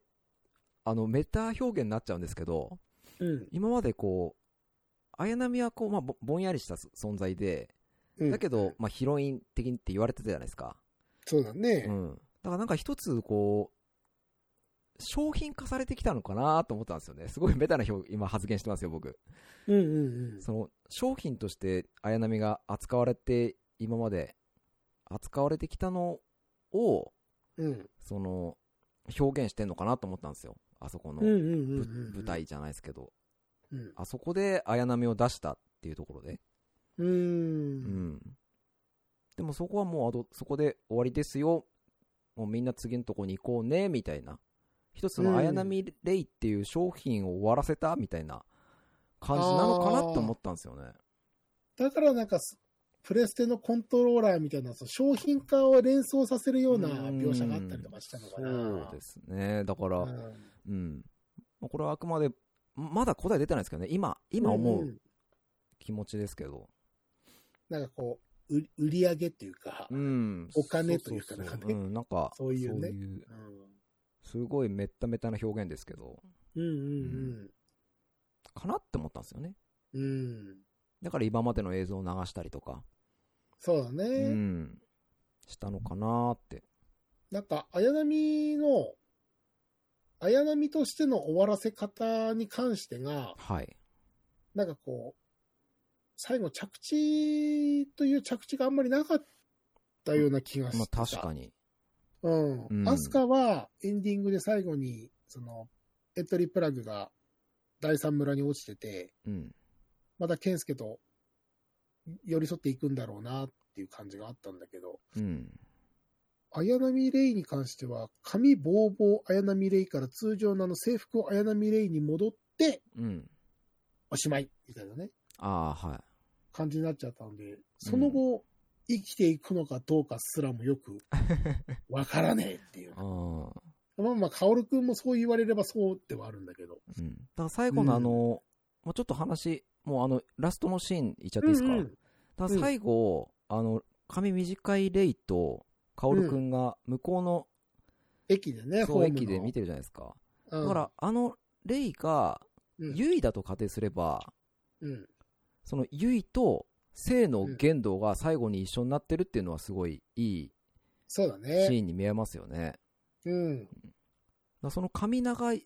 S2: あの、メタ表現になっちゃうんですけど、
S1: うん。
S2: 今までこう、綾波はこう、まあ、ぼぼんやりした存在で、
S1: うん
S2: だけど、、まあ、ヒロイン的にって言われてたじゃないですか。
S1: そうだね
S2: う。ん。だからなんか一つ、こう、商品化されてきたのかなと思ったんですよね。すごいベタな表、今発言してますよ、僕。
S1: うんうんうん。
S2: その、商品として綾波が扱われて、今まで扱われてきたのを、
S1: うん。
S2: その、表現してんのかなと思ったんですよ。あそこの、
S1: うんうんうんう
S2: ぶ
S1: ん。
S2: 舞。台じゃないですけど。
S1: うん。
S2: あそこで綾波を出したっていうところで。
S1: うー。
S2: うんん。でもそこはもうあと、そこで終わりですよ。もうみんな次のとこに行こうね、みたいな。一つの綾波レイっていう商品を終わらせた、みたいな感じなのかなって思ったんですよね。
S1: だからなんか、プレステのコントローラーみたいな、その商品化を連想させるような描写があったりとかしたのかな。
S2: そうですね。だから、うん。
S1: うん
S2: まあこれはあくまで、まだ答え出てないですけどね。今、今思う。気持ちですけど。
S1: なんかこう、売売り上げっていうか、
S2: うん。
S1: お金というか
S2: そそ
S1: なんか
S2: う
S1: ね
S2: うん、なんか、
S1: そういうね
S2: う
S1: う
S2: すごいめっためたな表現ですけど、
S1: んうん
S2: かなって思ったんですよね。
S1: うん。うん。
S2: だから今までの映像を流したりとか、
S1: そうだね。
S2: うん、したのかなーって。
S1: なんか、綾波の、綾波としての終わらせ方に関してが、
S2: はい。
S1: なんかこう、最後着地という着地があんまりなかったような気がして
S2: まあ
S1: た。
S2: 確かに。
S1: うん。
S2: うん
S1: アスカはエンディングで最後に、その、エットリプラグが第三村に落ちてて、
S2: うん。
S1: また健介と寄り添っていくんだろうなっていう感じがあったんだけど、
S2: うん。
S1: 綾波レイに関しては、髪ボーボー綾波レイから通常のあの制服を綾波レイに戻って
S2: うん。
S1: おしまいみたいなね、
S2: ああ、はい。
S1: 感じになっちゃったんで、その後、生きていくのかどうかすらもよくわからねえっていう
S2: あ。ー
S1: まあまあ、カオルくんもそう言われればそうではあるんだけど。
S2: うん。だから最後のあの、
S1: う
S2: もうちょっと話、もうあの、ラストのシーンいっちゃっていいですか、
S1: うんう
S2: だ
S1: ん
S2: から最後、あの、髪短いレイと、カオルくんが向こうの、
S1: 駅でね、
S2: そう
S1: ホームの
S2: 駅で見てるじゃないですか。
S1: うん、
S2: だから、あの、レイが、
S1: うん
S2: ユイだと仮定すれば、
S1: うん、
S2: そのユイと性の言動が最後に一緒になってるっていうのはすごいいい
S1: そうだ
S2: シ
S1: ね。
S2: ーンに見えますよね。だか
S1: うん。
S2: らその髪長い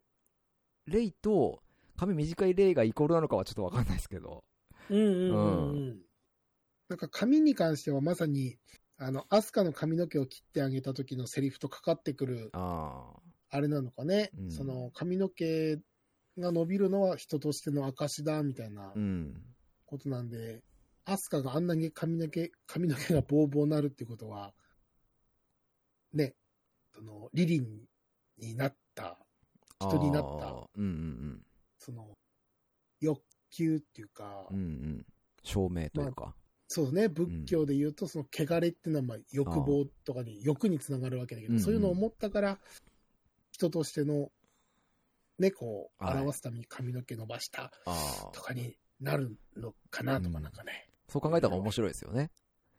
S2: レイと髪短いレイがイコールなのかはちょっとわかんないですけど。
S1: うんうんうんうん。なんか髪に関してはまさに、あの、アスカの髪の毛を切ってあげた時のセリフとかかってくる、
S2: あ
S1: あれなのかね。
S2: うん
S1: その髪の毛が伸びるのは人としての証だ、みたいな
S2: あ。うん。
S1: ことなんで、アスカがあんなに髪の毛、髪の毛がボーボーなるってことは、ね、その、リリンになった、人になった
S2: あー。うんうん
S1: その、欲求っていうか、
S2: うん。うんうん。証明というか。
S1: そうね、仏教で言うと、その汚れっていうのはまあ欲望とかに、欲につながるわけだけど、
S2: うんうん
S1: そういうのを思ったから、人としての、ね、こう、
S2: はい
S1: 表すために髪の毛伸ばした
S2: ああ
S1: と。かになるのかなとか、
S2: うん
S1: なんかね、
S2: そう考えたら面白いですよね。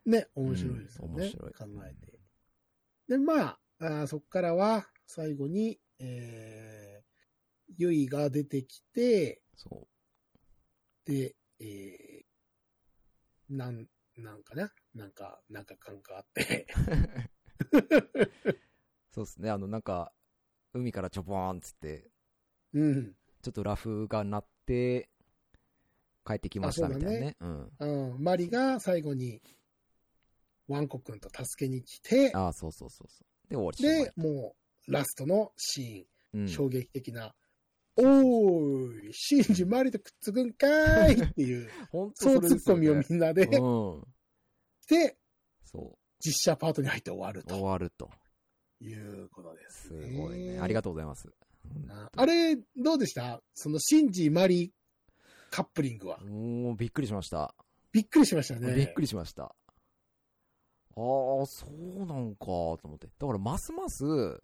S1: ね、面白いですよね、
S2: うん面白い
S1: 考えて。で、まあ、あーそこからは、最後に、えー、ゆいが出てきて、
S2: そ
S1: で、えー、なん、なんかな、なんか、なんか感があって、
S2: う。 そうですね。あの、なんか、海からちょぼーんっつって、
S1: うん。
S2: ちょっとラフが鳴って、帰ってきましたみたいなね。うん。
S1: うん、マリが最後に、ワンコ君と助けに来て、
S2: ああ、そうそうそうそう。で、終わり
S1: で、もう、ラストのシ
S2: うん
S1: ーン、衝撃的な、おーい、シンジマリとくっつくんかーいっていう、
S2: 本 当
S1: そうツ
S2: れで
S1: ッ
S2: すよ
S1: コ
S2: ね
S1: ミをみんなで、
S2: うん。
S1: で、
S2: そ
S1: 実写パートに入って終わる
S2: う。終
S1: と
S2: わると。
S1: いうことです
S2: す
S1: ね。
S2: ごいね。ありがとうございます。
S1: ああれ、どうでしたそのシンジ、マリ、カップリングは。
S2: もうびっくりしました。
S1: びっくりしましたね。
S2: びっくりしました。ああ、そうなんか、と思って。だから、ますます、
S1: う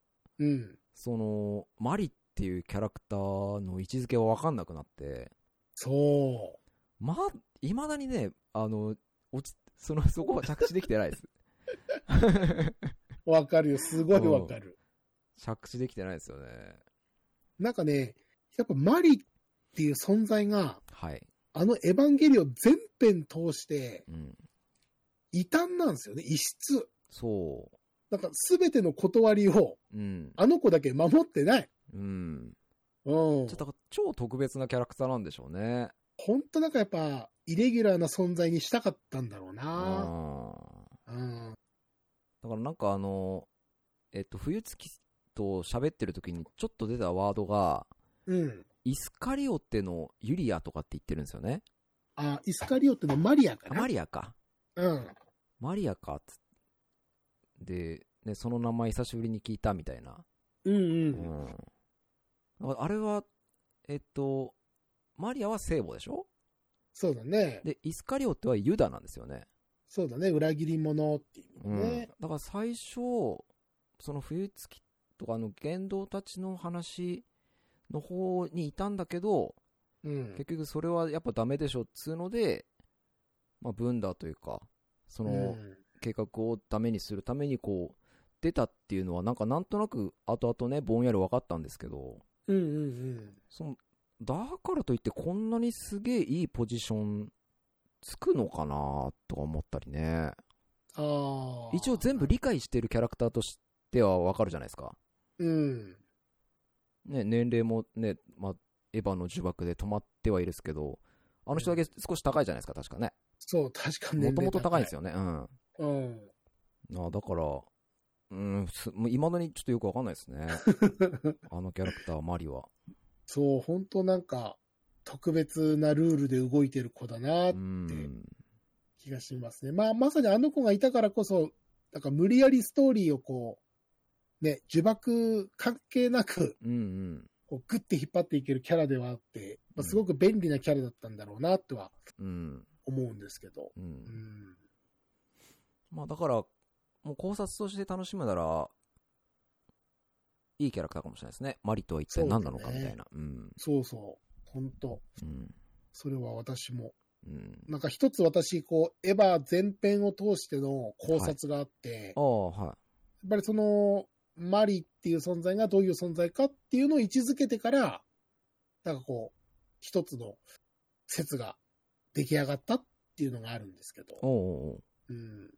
S1: ん。
S2: その、マリっていうキャラクターの位置づけはわかんなくなって、
S1: そ
S2: ま、いまだにね、あの、落ち、その、そこは着地できてないです。
S1: う。わかるよ。すごいわかる。
S2: 着地できてないですよね。
S1: なんかね、やっぱマリっていう存在が、
S2: はい。
S1: あのエヴァンゲリオン全編通して、
S2: うん。
S1: 異端なんですよね。異質。
S2: そ
S1: なんか全ての断りを、
S2: う。うん。
S1: あの子だけ守ってない。
S2: うん。
S1: うん
S2: ちょっ。と超特別なキャラクターなんでしょうね。
S1: 本当なんかやっぱ、イレギュラーな存在にしたかったんだろう
S2: う
S1: な。
S2: ん。
S1: うん。
S2: だからなんかあの、えっと、冬月と喋ってる時にちょっと出たワードが、
S1: うん。
S2: イスカリオテのユリアとかって言ってるんですよね。
S1: あ、イスカリオってのはマリアか
S2: あ
S1: な。
S2: マリアか。
S1: うん。
S2: マリアかっつで、ね、その名前久しぶりに聞いたみたいな。
S1: うん
S2: う
S1: うん。
S2: ん。だからあれは、えっと、マリアは聖母でしょ
S1: そうだね。
S2: で、イスカリオテはユダなんですよね。
S1: そうだね。裏切り者っていう
S2: う
S1: 意味
S2: ん。
S1: ね。
S2: だから最初、その冬月とかの言動たちの話の方にいたんだけど、
S1: うん。
S2: 結局それはやっぱダメでしょっつうので、まあ、分断というか、その、
S1: うん
S2: 計画をダメにするためにこう出たっていうのはなんかなんとなく後々ねぼんやり分かったんですけど
S1: うんうん
S2: そのだからといってこんなにすげえいいポジションつくのかなとか思ったりね
S1: うん。ああ。
S2: 一応全部理解してるキャラクターとしては分かるじゃないですか、
S1: うん。
S2: ね、年齢もね、まあ、エヴァの呪縛で止まってはいるですけどあの人だけ少し高いじゃないですか確かね
S1: そう、確かに
S2: も
S1: 年
S2: と
S1: 齢
S2: もと高いんですよねうん
S1: うん。
S2: ああだから、うん、いまだにちょっとよくわかんないですね。あのキャラクター、マリは。
S1: そう、本当なんか、特別なルールで動いてる子だな
S2: う、ん。
S1: 気がしますね。まあ、まさにあの子がいたからこそ、なんか無理やりストーリーをこう、ね、呪縛関係なく、
S2: うんうん。
S1: こう、グッて引っ張っていけるキャラではあって、まあ、すごく便利なキャラだったんだろうな、とは
S2: うん。
S1: 思うんですけど。う
S2: う。
S1: んん。
S2: まあだから、もう考察として楽しむなら、いいキャラクターかもしれないですね。マリとは一体何なのかみたいな。うん。
S1: そうそう。本当
S2: うん。
S1: それは私も。
S2: うん。
S1: なんか一つ私、こう、エヴァ全編を通しての考察があって、
S2: ああ、はい。
S1: やっぱりその、マリっていう存在がどういう存在かっていうのを位置づけてから、なんかこう、一つの説が出来上がったっていうのがあるんですけど、
S2: おうおうおう
S1: うん。